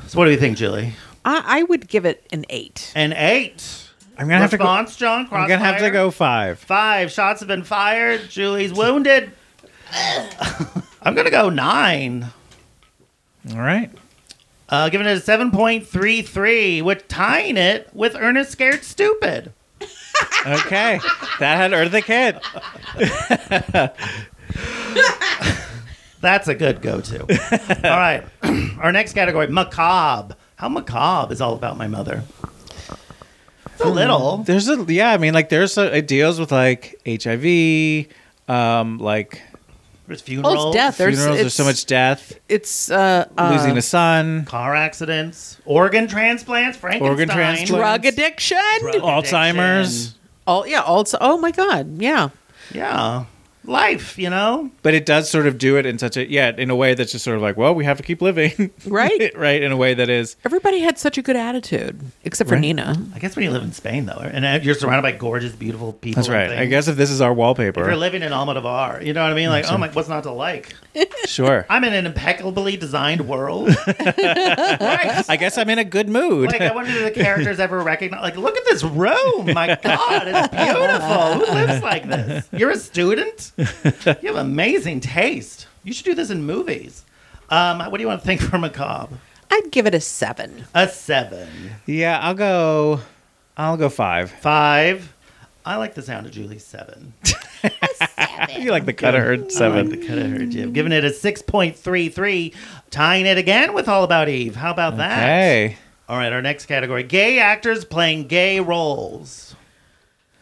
So, what do you think, Julie?
I, I would give it an eight.
An eight.
I'm gonna have to go.
Response, John.
I'm gonna have to
Crossfire?
go five.
Five shots have been fired. Julie's wounded. I'm gonna go nine.
All right.
Uh, giving it a seven point three three, with tying it with Ernest Scared Stupid.
Okay. [LAUGHS] that had Eartha Kitt.
That's a good go to. all right. [CLEARS THROAT] Our next category, macabre. How macabre is all about my mother. It's a little.
There's a yeah, I mean like there's a, it deals with like HIV, um, like
There's funerals,
death. There's-
funerals. There's
it's-
so much death,
It's uh, uh
losing a son,
car accidents, organ transplants, Frankenstein,
Organ transplant.
drug addiction.
drug
Alzheimer's.
addiction.
All yeah, also oh my god, yeah.
Yeah, life. You know.
But it does sort of do it in such a yeah, in a way that's just sort of like, well, we have to keep living, [LAUGHS]
Right.
right, in a way that is
Everybody had such a good attitude except for Nina.
I guess when you live in Spain, though, and uh, you're surrounded by gorgeous, beautiful people.
that's
and
right. I
things.
guess if this is our
If you're
wallpaper,
living in Almodovar, you know what I mean? Like, oh my, what's not to like?
sure.
I'm in an impeccably designed
[LAUGHS]
world. right?
I guess I'm in a good mood. [LAUGHS]
Like, I wonder if the characters ever recognize. Like, look at this room. My God, it's beautiful. Who lives like this? You're a student. You have amazing taste. You should do this in movies. Um, what do you want to think for Macabre?
I'd give it a seven.
A seven,
yeah, I'll go. I'll go five. [LAUGHS]
five. I like the sound of Julie's seven.
You like the cut of her
I like
seven.
the cut of her jib. Giving it a 6.33, tying it again with All About Eve. How about that?
Hey.
All right, our next category gay actors playing gay roles.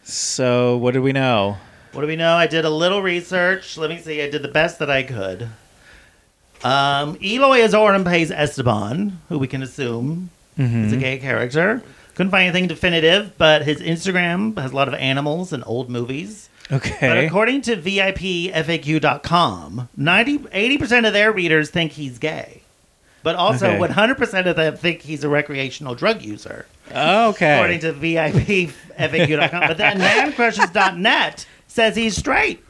So what do we know?
What do we know? I did a little research. Let me see. I did the best that I could. Um, Eloy Azorin plays Esteban, who we can assume is a gay character. Couldn't find anything definitive, but his Instagram has a lot of animals and old movies. But
Okay.
according to VIPFAQ.com, 90, 80% of their readers think he's gay. But also,
Okay.
100% of them think he's a recreational drug user according
Okay.
to VIPFAQ.com. but then mancrushes.net says he's straight.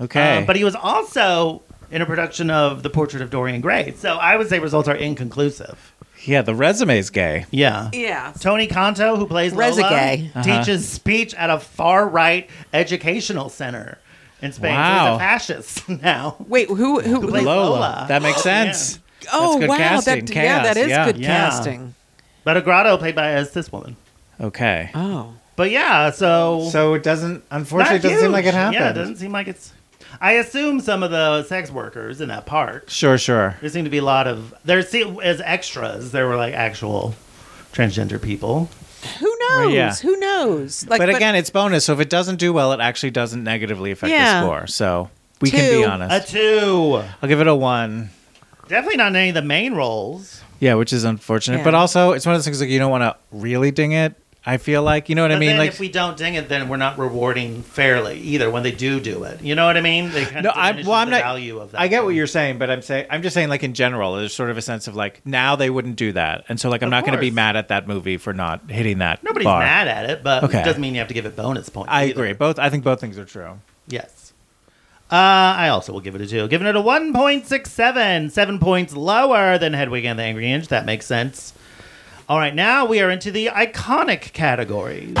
Okay.
Um, but he was also in a production of The Portrait of Dorian Gray. So I would say results are inconclusive.
yeah, the resume's gay.
Yeah.
Yeah.
Tony Kanto, who plays Lola,
Rezagay.
Uh-huh.
teaches speech at a far right educational center in Spain. So he's
Wow.
a fascist [LAUGHS] now.
Wait, who? Who?
Like
Lola.
Lola.
That makes
Oh,
sense.
oh,
That's good
wow.
casting.
That, yeah, that
Chaos,
is
yeah.
good
Yeah.
casting.
But a grotto played by a cis woman.
Okay.
Oh.
But yeah, so.
So it doesn't, unfortunately, it
Oh. Not
doesn't seem like it
huge.
happened.
Yeah, it doesn't seem like it's. I assume some of the sex workers in that park.
Sure, sure.
There seemed to be a lot of there se- as extras. There were like actual transgender people.
Who knows?
Right, yeah.
Who knows? Like,
but, again, it's bonus. So if it doesn't do well, it actually doesn't negatively affect
Yeah.
the score. So we can be
Two.
A
honest.
two,
I'll give it a one.
definitely not in any of the main roles.
Yeah, which is unfortunate.
Yeah.
But also, it's one of those things like you don't want to really ding it. I feel like you know what I
But
mean.
then
Like
if we don't ding it, then we're not rewarding fairly either when they do do it. You know what I mean? They kind
no,
of
I,
diminishes
well, I'm
the
not.
value of that.
I get what you're saying, but I'm saying I'm just saying like in general, there's sort of a sense of like now they wouldn't do that, and so like I'm
Of
not going to be
course.
mad at that movie for not hitting that.
Nobody's
bar.
mad at it, but
Okay.
it doesn't mean you have to give it bonus points.
I
either.
agree. Both. I think both things are true.
Yes. Uh, I also will give it a two. Giving it a 1.67, seven points lower than Hedwig and the Angry Inch. That makes sense. All right, now we are into the iconic categories.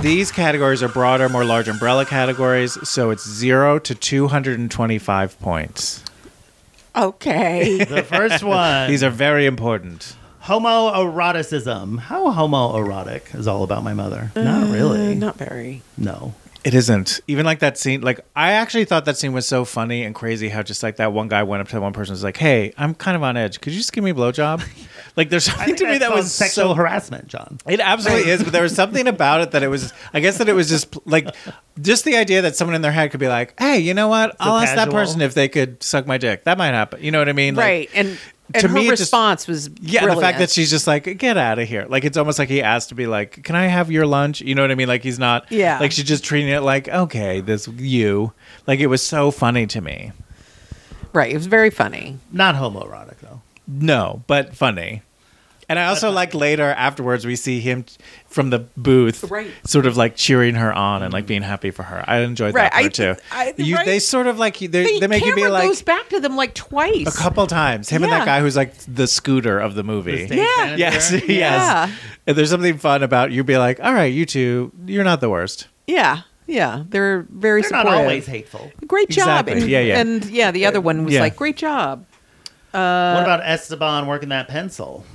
These categories are broader, more large umbrella categories, so it's zero to 225 points. [LAUGHS]
okay.
The first one
These are very important.
homoeroticism. How homoerotic is all about my mother? Not really.
Not very.
No.
It isn't. Even like that scene, like I actually thought that scene was so funny and crazy how just like that one guy went up to that one person and was like, Hey, I'm kind of on edge. Could you just give me
[LAUGHS]
a blowjob? like there's
I
something
think
to me
that's
that
called
was
sexual
so
harassment, John.
It absolutely is, but there was something about it that it was. I guess that it was just like, just the idea that someone in their head could be like, "Hey, you know what? I'll ask that
casual.
person if they could suck my dick. That might happen. You know what I mean? Like,
right. And, and
to
her
me, it just-
response was
yeah, and the fact
brilliant.
that she's just like, "Get out of here!" Like it's almost like he asked to be like, "Can I have your lunch?" You know what I mean? Like he's not.
Yeah.
Like she's just treating it like, "Okay, this you." Like it was so funny to me.
Right. It was very funny.
Not homoerotic, though.
No, but funny. And I also like later afterwards we see him t- from the booth,
Right.
sort of like cheering her on and like being happy for her. I enjoyed
Right,
that part
I-
too.
I-
you,
right.
They sort of like they, they make you be
camera
like
goes back to them like twice.
a couple times. Him and
Yeah.
that guy who's like the scooter of the movie.
Stage manager. [LAUGHS]
Yes, [LAUGHS] yes.
Yeah.
And there's something fun about you be like, all right, you two, you're not the worst.
Yeah. Yeah. They're very
They're not
supportive.
always hateful.
Great job.
Exactly.
And,
Yeah, yeah.
and yeah, the other one was
Yeah.
like, great job.
what about Esteban working that pencil?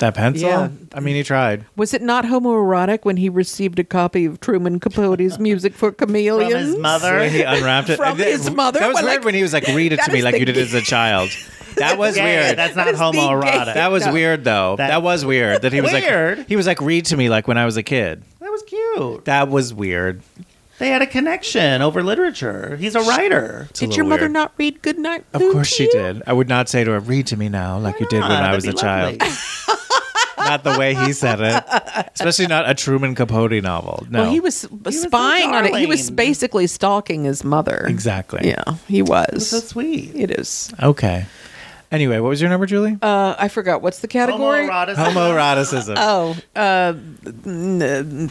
That pencil?
Yeah.
I mean, he tried.
Was it not homoerotic when he received a copy of Truman
[LAUGHS]
Capote's Music for
From
Chameleons?
his mother?
When he unwrapped
[LAUGHS]
it
From
And that-
his mother?
That was
Well,
weird
like-
when he was like, read it
That
to me
is
like
the
you did as
[LAUGHS]
a child. That was
Yeah,
weird.
That's not
is the gay-
homoerotic.
[LAUGHS] That was weird though.
That-
That, was weird. That he was
Weird?
like he was like read to me like when I was a kid.
That was cute.
That was weird.
They had a connection over literature. He's a writer.
It's a
Did your
little
mother
weird.
not read Goodnight
Of
Blue
course
to
she
you?
did. I would not say to her, "Read to me now," like you did when
Ah,
I was a
that'd be
child.
lovely.
Not the way he
[LAUGHS]
said it, especially not a Truman Capote novel. No,
Well, he was
so
spying on it. He was
darling.
basically stalking his mother.
exactly.
Yeah, he was.
[LAUGHS] So sweet.
it is.
Okay. Anyway, what was your number, Julie?
Uh, I forgot what's the category.
Homoeroticism.
[LAUGHS]
Homoeroticism.
Oh, uh, mm,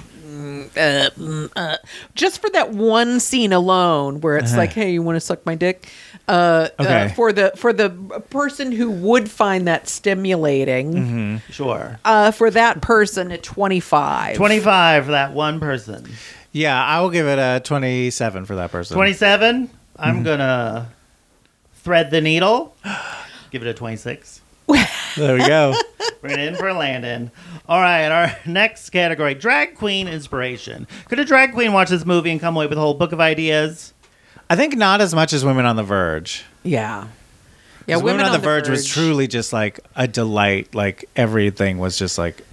uh, mm, uh, just for that one scene alone, where it's like, "Hey, you want to suck my dick?" Uh, uh,
Uh-huh. Okay.
for the for the person who would find that stimulating,
Mm-hmm.
Sure.
uh, for that person at twenty five.
25 for that one person.
Yeah, I will give it a twenty-seven for that person.
27. I'm going to [GASPS] thread the needle. Give it a 26.
There we go.
Bring it in for Landon. All right, our [LAUGHS] next category drag queen inspiration. Could a drag queen watch this movie and come away with a whole book of ideas?
[LAUGHS] I think not as much as Women on the Verge.
Yeah. Yeah,
'Cause Women, on, the, verge, was truly just like a delight. Like everything was just like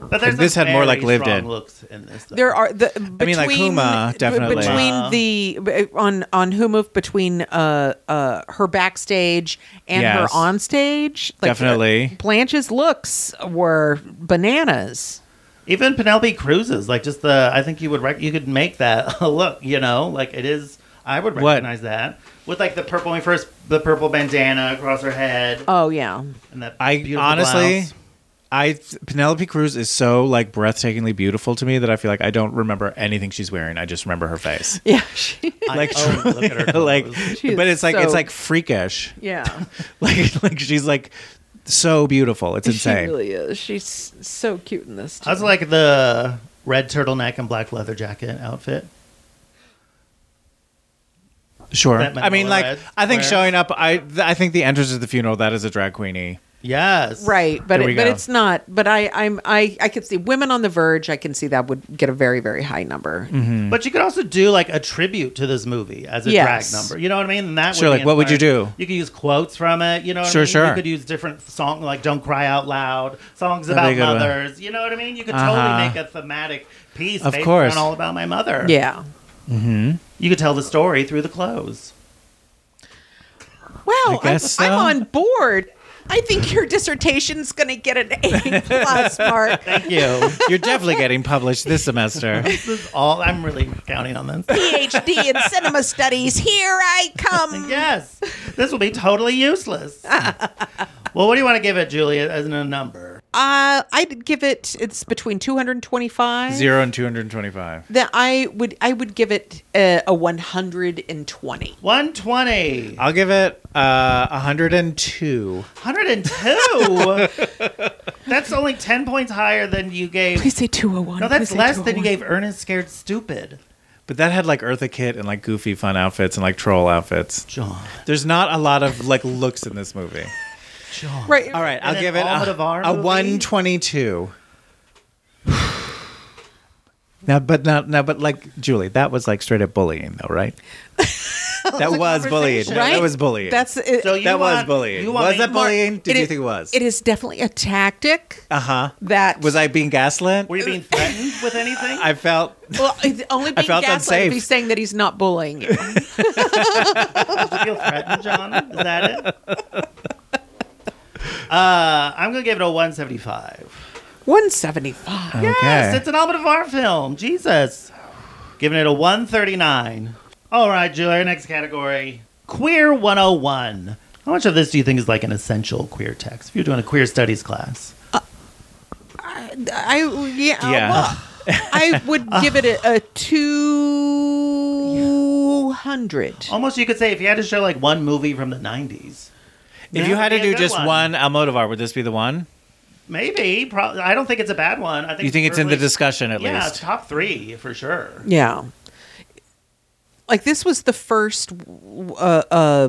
But there's
This
some
had more, like,
very
lived
strong
in.
looks in this. though.
There are the between,
mean, like, Huma,
b-
definitely.
between the b- on on Huma between uh uh her backstage and
Yes.
her on stage.
Definitely.
Blanche's looks were bananas.
Even Penelope Cruz's, like just the, I think you would rec- you could make that [LAUGHS] a look, you know, like it is. I would
What?
recognize that with like the purple. When we first the purple bandana across her head
Oh
[LAUGHS]
yeah,
and that.
I
beautiful
honestly,
blouse.
I Penelope Cruz is so like breathtakingly beautiful to me that I feel like I don't remember anything she's wearing. I just remember her [LAUGHS] face.
yeah, she,
Like,
oh, look
[LAUGHS]
at her clothes.
like,
She
but
is
it's like
so-
it's like freakish.
[LAUGHS]
[LAUGHS]
yeah.
Like, like she's like so beautiful. It's
She
insane.
really is. She's so cute in this.
I was like the red turtleneck and black leather jacket outfit.
sure.
That
I
Manuela
mean, like,
Red
I think
wears.
showing up. I th- I think the entrance to the funeral that is a drag queenie.
Yes,
Right, but
There we
it, but
go.
it's not. But I I'm I I could see women on the verge. I can see that would get a very very high number.
Mm-hmm.
But you could also do like a tribute to this movie as a
Yes.
drag number. You know what I mean? And that
Sure,
Would be
like, what would you
inspiring.
do?
You could use quotes from it. You know, what I
Sure,
mean?
sure.
You could use different songs like "Don't Cry Out Loud," songs
That'd be
about
a good one.
mothers. You know what I mean? You could
Uh-huh.
totally make a thematic piece.
Of
based
course.
on all about my mother.
Yeah.
you could tell the story through the clothes.
Wow, I
guess
am
so.
on board. I think your dissertation's going to get an
[LAUGHS]
A plus mark.
Thank you.
You're definitely getting published this
[LAUGHS]
semester.
this is all. I'm really counting on this.
PhD in cinema studies. Here I come.
Yes, this will be totally
[LAUGHS]
useless. well, what do you want to give it, Julia, as a number?
Uh, I'd give it. It's between 225.
Zero and two hundred twenty-five.
That I would. I would give it uh, a, a 120.
120.
I'll give it uh, 102.
102. [LAUGHS] that's only 10 points higher than you gave.
Please say 201.
No, that's less than you gave Ernest Scared Stupid.
But that had like Eartha Kitt and like goofy fun outfits and like troll outfits.
John.
There's not a lot of like looks in this movie.
John.
Right.
All right, I'll
an
give it a,
Almodovar
a
movie?
122. now, but not now, but like Julie, that was like straight up bullying, though, right? that was bullying. No,
Right?
That was bullying.
That's it.
So you
that was
want-
bullying.
you want
Was
me-
that bullying?
It
Did you
is-
think it was?
It is definitely a tactic
Uh huh.
that
Was I being gaslit?
Were you being threatened with anything?
I felt
Well, it's
[LAUGHS]
only being
felt
gaslighted
unsafe.
if he's saying that he's not bullying
[LAUGHS]
you.
Did you feel threatened, John? Is that it? Uh, I'm going to give it a 175.
175.
Yes,
okay.
it's an Almodovar film. Jesus. Giving it a 139. All right, Julia, our next category Queer 101. How much of this do you think is like an essential queer text? If you're doing a queer studies class,
I yeah.
Yeah.
well,
[LAUGHS]
I would give it a, a two hundred.
Almost, you could say if you had to show like one movie from the '90s,
if you
that
had
would
to
be a
do
good
just
one.
one Almodovar, would this be the one?
maybe. Pro- I don't think it's a bad one. I think
You think it's in the
certainly-
discussion at
yeah,
least?
top three for sure.
Yeah. Like this was the first uh, uh,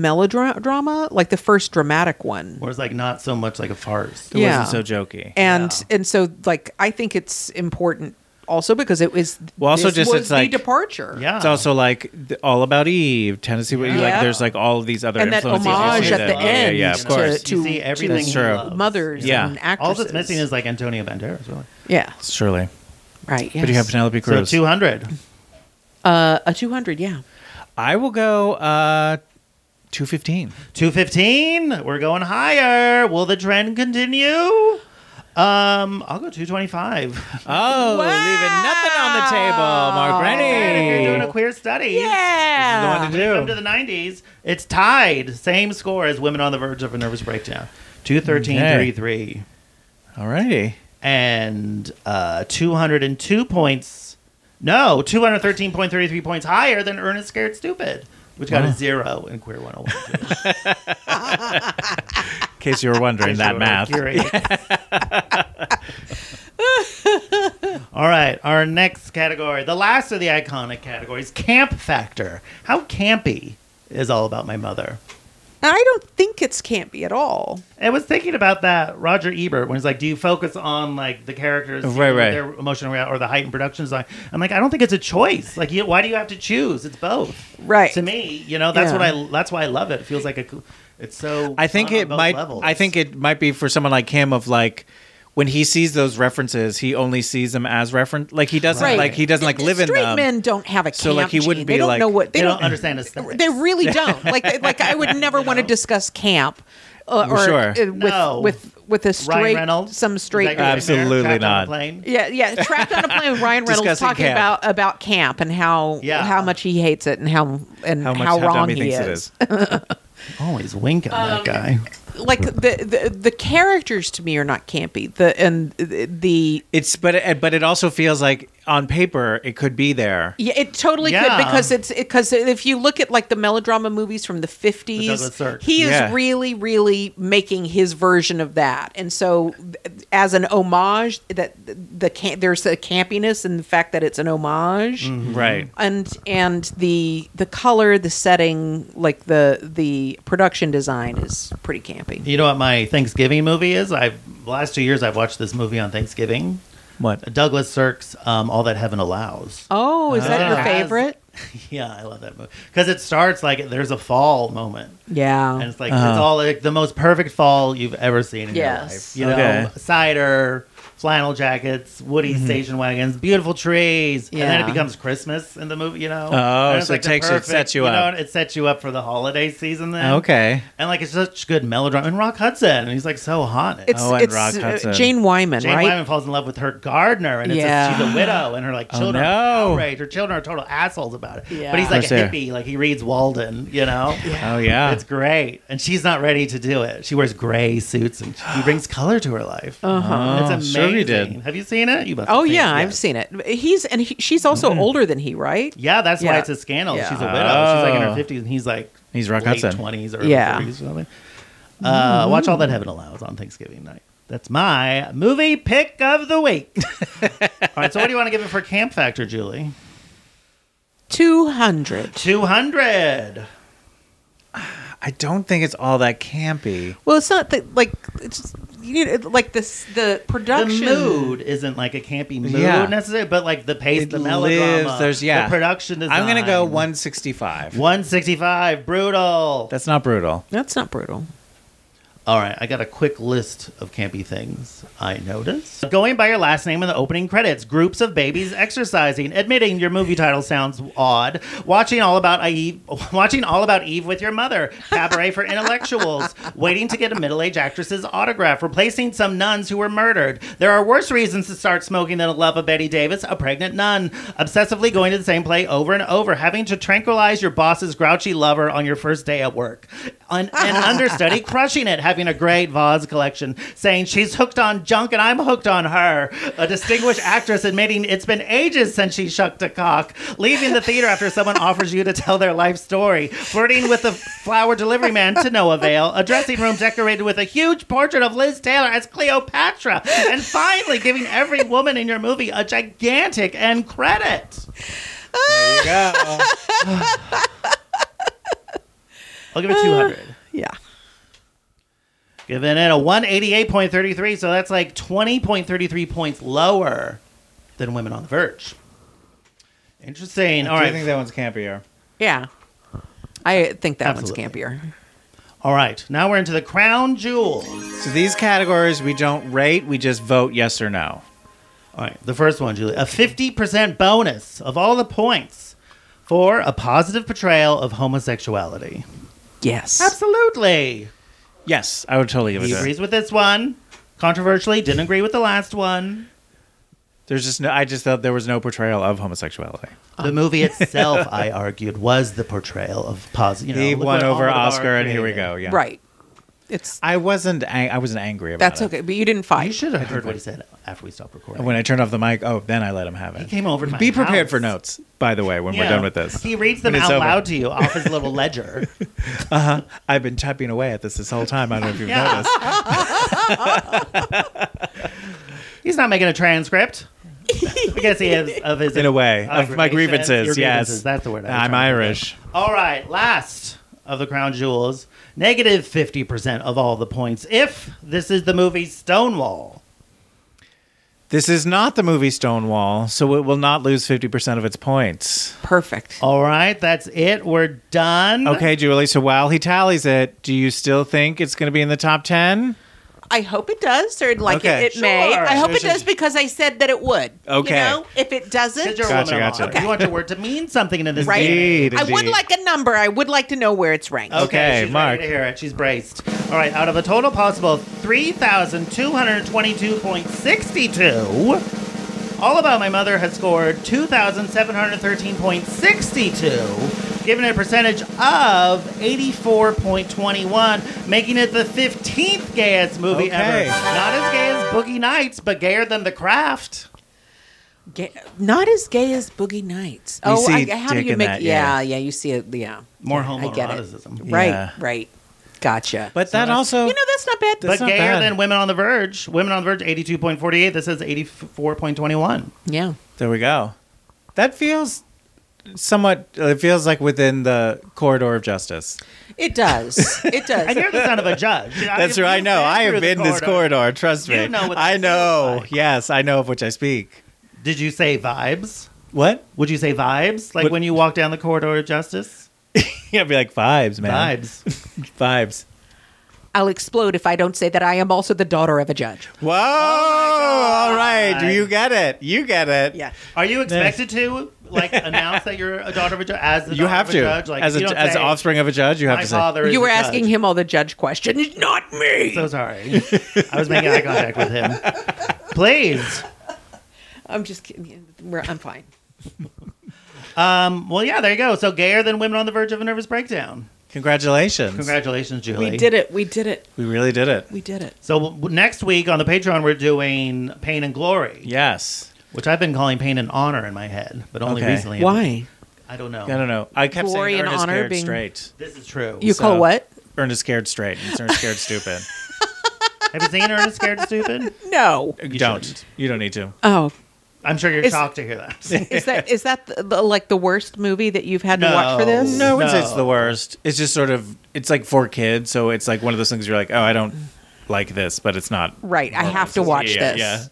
melodrama, like the first dramatic one,
Or it's like not so much like a farce.
It
Yeah.
wasn't so jokey.
and and so like I think it's important also because it was
Well, also
this
just
was
it's
the
like-
departure.
Yeah,
It's also like th- all about Eve, Tennessee. Like
Yeah.
there's like all of these other
And that
influences.
homage
you see
at the
that- yeah,
end
Yeah, of
to-
course.
you
to-
see
to
everything.
That's
he
true.
loves.
mothers
Yeah.
and actresses.
All that's missing is like Antonio Banderas, really.
yeah,
Surely,
right. Yes.
but you have Penelope
So
Cruz.
two hundred.
uh, a two hundred. Yeah.
I will go uh, two fifteen.
215. We're going higher. Will the trend continue? Um, I'll go 225.
Oh, leaving nothing on the table, Mark
And if
Rennie.
you're doing a queer study,
Yeah.
This is the one
come
to
to
do.
the 90s. It's tied. Same score as Women on the Verge of a Nervous Breakdown. 213,
Okay.
33.
All righty.
And uh, 202 points. No, 213.33 points higher than Ernest Scared Stupid, which got a zero in Queer 101.
In case you were wondering that math.
Curious. [LAUGHS] All right, our next category, the last of the iconic categories, camp factor. How campy is all about my mother?
I don't think it's campy at all.
I was thinking about that Roger Ebert when he's like, "Do you focus on like the characters, you
Right,
know,
right.
their emotional rea- or the heightened production design?" I'm like, I don't think it's a choice. Like, you, why do you have to choose? It's both,
Right.
To me, you know, that's
Yeah.
what I that's why I love it. It feels like a, co- it's so.
I think
fun on
it
both
might.
levels.
I think it might be for someone like him of like when he sees those references, he only sees them as reference. Like he doesn't
Right.
like he doesn't like live in
Straight
them.
men don't have a camp
So, like, he wouldn't
gene.
be
they don't
like-
know what they,
they
don't,
don't understand aesthetics.
[LAUGHS] They really don't. Like, they- like I
[LAUGHS]
would never want to discuss camp, uh, or
Sure.
uh, with,
No.
with with a
Ryan
straight
Reynolds,
some straight.
Is that your nightmare?
Absolutely
Trapped on a
not.
plane?
Yeah, yeah. Trapped on a plane with
[LAUGHS]
Ryan Reynolds
Discussing
talking
camp.
about about camp and how
Yeah.
how much he hates it and how and how,
How much how
wrong
dumb he, thinks
is.
it is.
Always Oh, winking that guy.
Like the, the the characters to me are not campy. The and the
It's but it, but it also feels like on paper it could be there.
Yeah, it totally
Yeah.
could because it's because if you look at like the melodrama movies from the
Douglas
fifties,
Sirk.
he is
Yeah.
really, really making his version of that. And so, th- as an homage, that the can- there's a campiness in the fact that it's an homage,
Mm-hmm.
Right.
and and the the color, the setting, like the the production design is pretty campy.
You know what my Thanksgiving movie is? I've the last two years I've watched this movie on Thanksgiving.
What?
Douglas Sirk's um, "All That Heaven Allows." [LAUGHS]
Oh, is that your
Ah.
favorite?
Yeah, I love that movie because it starts like there's a fall moment,
Yeah,
and it's like
Uh-huh.
it's all like the most perfect fall you've ever seen in
Yes.
your life. You know,
Okay. Mm-hmm.
cider, flannel jackets, woody station wagons, beautiful trees, and then
Yeah.
it becomes Christmas in the movie. You know,
Oh,
And it's
so it
the
takes- it sets you
know,
up.
it sets you up for the holiday season. Then
Okay.
and like it's such good melodrama. And Rock Hudson, and he's like so hot. in it.
it's
Oh, and
it's
Rock
uh,
Hudson.
Jane Wyman,
Jane
right?
Wyman falls in love with her gardener, and it's
Yeah.
a, she's a widow, and her like children
Oh, no.
are outraged. Her children are total assholes about it.
Yeah.
But he's like a
Of course they are.
hippie, like he reads Walden, you know.
Oh yeah.
It's great, and she's not ready to do it. She wears gray suits, and
[GASPS]
she brings color to her life. Uh-huh. It's
Oh,
amazing.
sure you did.
Have you seen it? You must. have
Oh
seen
yeah,
it,
I've
yes.
seen it. He's and he, she's also older than he, right?
Yeah, that's why
Yeah.
it's a scandal.
Yeah.
She's a widow. She's like in her
Oh.
fifties, and he's like
He's Rock
late
Hudson.
twenties or
Yeah.
thirties or something. Uh, Watch all that heaven allows on Thanksgiving night. That's my movie pick of the week.
[LAUGHS]
all right, so what do you want to give it for Camp Factor, Julie?
Two hundred.
Two hundred.
I don't think it's all that campy.
Well, it's not the, like it's you know, like this the
The
production
mood isn't like a campy mood
Yeah.
necessarily, but like the pace,
It
the melodrama,
lives, there's yeah.
the production design.
I'm gonna go 165.
one sixty five. Brutal.
That's not brutal.
That's not brutal.
All right, I got a quick list of campy things I noticed. Going by your last name in the opening credits, groups of babies exercising, admitting your movie title sounds odd, watching all about Eve, [LAUGHS] watching all about Eve with your mother, cabaret for intellectuals, waiting to get a middle-aged actress's autograph, replacing some nuns who were murdered. There are worse reasons to start smoking than a love of Betty Davis, a pregnant nun, obsessively going to the same play over and over, having to tranquilize your boss's grouchy lover on your first day at work. An, an understudy crushing it, having a great vase collection, saying she's hooked on junk and I'm hooked on her. A distinguished actress admitting it's been ages since she shucked a cock, leaving the theater after someone offers you to tell their life story, flirting with the flower delivery man to no avail, a dressing room decorated with a huge portrait of Liz Taylor as Cleopatra, and finally giving every woman in your movie a gigantic end credit.
[LAUGHS]
I'll give it 200.
Yeah.
Giving it a 188.33, so that's like 20.33 points lower than Women on the Verge. Interesting. [LAUGHS] All
I
right.
do think that one's campier.
Yeah. I think that one's
Absolutely.
campier.
All right. Now we're into the crown jewel.
So these categories we don't rate, we just vote yes or no.
All right. The first one, Julie. A 50% bonus of all the points for a positive portrayal of homosexuality.
Yes.
Absolutely.
Yes, I would totally give it
He
to
agrees with this one. Controversially, didn't agree with the last one.
There's just no. I just thought there was no portrayal of homosexuality.
The movie
[LAUGHS]
itself, I argued, was the portrayal of positive. You know,
he
look
won
what
over
Almodovar
Oscar, and here we
created.
go. Yeah,
Right. It's
I wasn't. Ang- I wasn't angry about
that's
it.
okay, but you didn't
You
fight.
should have heard what he said after we stopped recording.
When I turned off the mic, oh, then I let him have it.
He came over to my
Be prepared
house.
for notes, by the way, when
Yeah.
we're done with this.
He reads them
When
out
it's over.
loud to you off his little
[LAUGHS]
ledger.
I've been typing away at this this whole time. I don't know if
[LAUGHS]
you've
Yeah.
noticed.
He's not making a transcript. I guess he is of his
In a way, of my
aggravations.
grievances.
Your
yes,
grievances, that's the word. I was
I'm
trying to
Irish.
think of. All right, last of the crown jewels, negative 50% of all the points if this is the movie Stonewall.
This is not the movie Stonewall, so it will not lose 50% of its points.
Perfect.
All right, that's it. We're done.
Okay, Julie, so while he tallies it, do you still think it's going to be in the top 10?
I hope it does, or like
Okay.
it, it may.
Sure.
I hope
Sure,
it
sure,
does
sure.
because I said that it would.
Okay.
You know, if it doesn't,
Because you're a
Gotcha,
woman of
gotcha.
honor. You want your word to mean something in this
right?
game.
Indeed,
I would
indeed.
like a number. I would like to know where it's ranked.
Okay,
she's
Mark.
ready to hear it. She's braced. All right, out of a total possible 3,222.62, All About My Mother has scored 2,713.62, giving it a percentage of 84.21, making it the 15th gayest movie
Okay.
ever. Not as gay as Boogie Nights, but gayer than The Craft.
Ga- not as gay as Boogie Nights.
You
oh,
see
I, how do
dick
you
in
make?
that,
yeah.
yeah.
yeah, You see it. Yeah,
More
Yeah, I get it.
homoeroticism.
Right,
Yeah.
right. Gotcha.
But that also.
you know that's not bad.
That's
but
not
gayer
bad.
than Women on the Verge. Women on the Verge, 82.48. This is 84.21.
yeah.
there we go. That feels somewhat, it feels like within the corridor of justice.
It does.
[LAUGHS]
It
I
does.
hear the sound of a judge.
That's
If
right. I
you've
know. I
through
have
the
been this corridor. Trust
You
me.
know what
I
this
know.
feels like.
Yes, I know of which I speak.
Did you say vibes?
What? [LAUGHS]
Would you say vibes? Like
What-
when you walk down the corridor of justice?
Yeah, be like vibes, man.
Vibes.
Vibes. Vibes.
I'll explode if I don't say that I am also the daughter of a judge.
Oh
Whoa! All right, you get it. You get it.
Yeah.
[LAUGHS] Are you expected to like announce that you're a daughter of a judge as the
You
daughter
have
of a
to,
judge? Like
as
you
a,
don't
as
say,
offspring of a judge, you have
My
to say.
father. Is
You were
a judge."
asking him all the judge questions, not me.
So sorry. I was making eye contact with him.
[LAUGHS]
Please.
I'm just kidding. We're, I'm fine.
Well, yeah, there you go. So gayer than women on the verge of a nervous breakdown.
Congratulations,
Congratulations, Julie.
We did it. We did it.
we really did it.
We did it.
So w- next week on the Patreon, we're doing Pain and Glory,
Yes.
which I've been calling Pain and Honor in my head, but only
Okay.
recently.
Why?
I don't know.
I don't know. I kept
Glory
saying
and
Ernest
honor
scared
being-
straight.
This is true.
You call
So-
what?
Ernest scared straight. and
[LAUGHS]
Ernest scared stupid.
Have you seen Ernest Scared Stupid?
No.
You don't. You don't need to.
Oh,
I'm sure you're
It's-
shocked to hear
[LAUGHS]
that.
is that is that the, the, like the worst movie that you've had to watch
No.
for this?
No, I wouldn't say it's
No.
the worst. It's just sort of. It's like for kids, so it's like one of those things. You're like, oh, I don't like this, but it's not.
Right. I have to
Yeah,
watch
yeah,
this.
Yeah.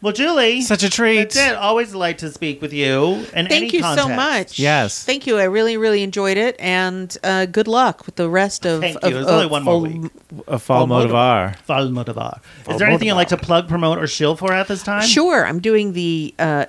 well, Julie,
Such a treat.
that's it. Always like to speak with you. And
Thank you so much.
Yes.
Thank you. I really, really enjoyed it, and uh, good luck with the rest of.
Thank
of-
you. There's
of-
only one more
of-
week.
A fall
motive.
motivar.
Falmodavar. Is there anything you'd like to plug, promote, or shill for at this time?
Sure, I'm doing the uh,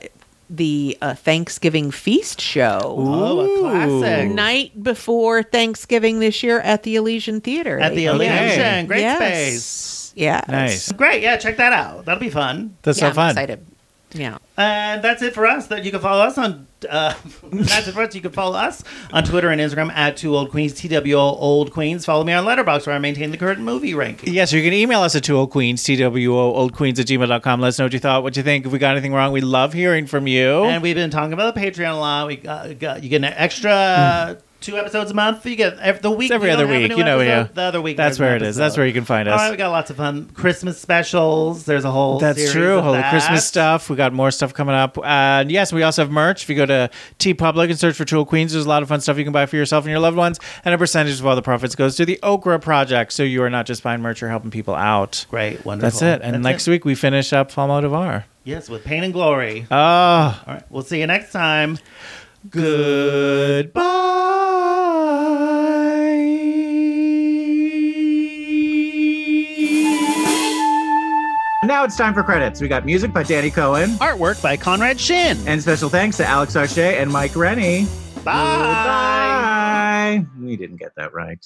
the uh, Thanksgiving feast show.
Oh, a classic.
Night before Thanksgiving this year at the Elysian Theater
At the
They-
Elysian. Great
Yes.
space.
Yeah,
Nice.
Great. Yeah, check that out. That'll be fun.
That's
yeah,
so
I'm
fun.
Excited. Yeah.
And that's it for us. That you can follow us on. Uh, [LAUGHS] that's it for us. You can follow us on Twitter and Instagram at Two Old Queens, TWO Old Queens. Follow me on Letterboxd where I maintain the current movie ranking.
Yes, you can email us at two old queens, TWO old queens at gmail.com. Let us know what you thought, what you think. If we got anything wrong, we love hearing from you.
And we've been talking about the Patreon a lot. We got, got- you get an extra two episodes a month. You get every, the week
Mm. It's every
we don't
other
have a
week,
new
you know,
episode,
yeah.
The other week.
That's
there's an
where it is. That's
episode.
where you can find
All right, we
us.
got lots of fun Christmas specials. There's a whole.
That's
series
true.
of
Holy
that.
Christmas stuff. We got more stuff coming up. And yes, we also have merch. If you go to T Public and search for Tool Queens, there's a lot of fun stuff you can buy for yourself and your loved ones. And a percentage of all the profits goes to the Okra Project. So you are not just buying merch, you're helping people out.
Great, wonderful.
That's it. And next week, we finish up Falmo Devar.
yes, with pain and glory.
Oh.
All right, we'll see you next time. Ah.
Now it's time for credits. We got music by Danny Cohen.
Artwork by Conrad Shin.
And special thanks to Alex Arche and Mike Rennie.
Bye.
Bye. We didn't get that right.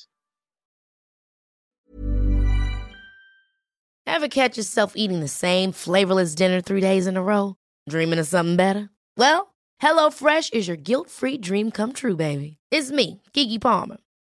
Ever catch yourself eating the same flavorless dinner three days in a row? Dreaming of something better? Well, HelloFresh is your guilt free dream come true, baby. It's me, Gigi Palmer.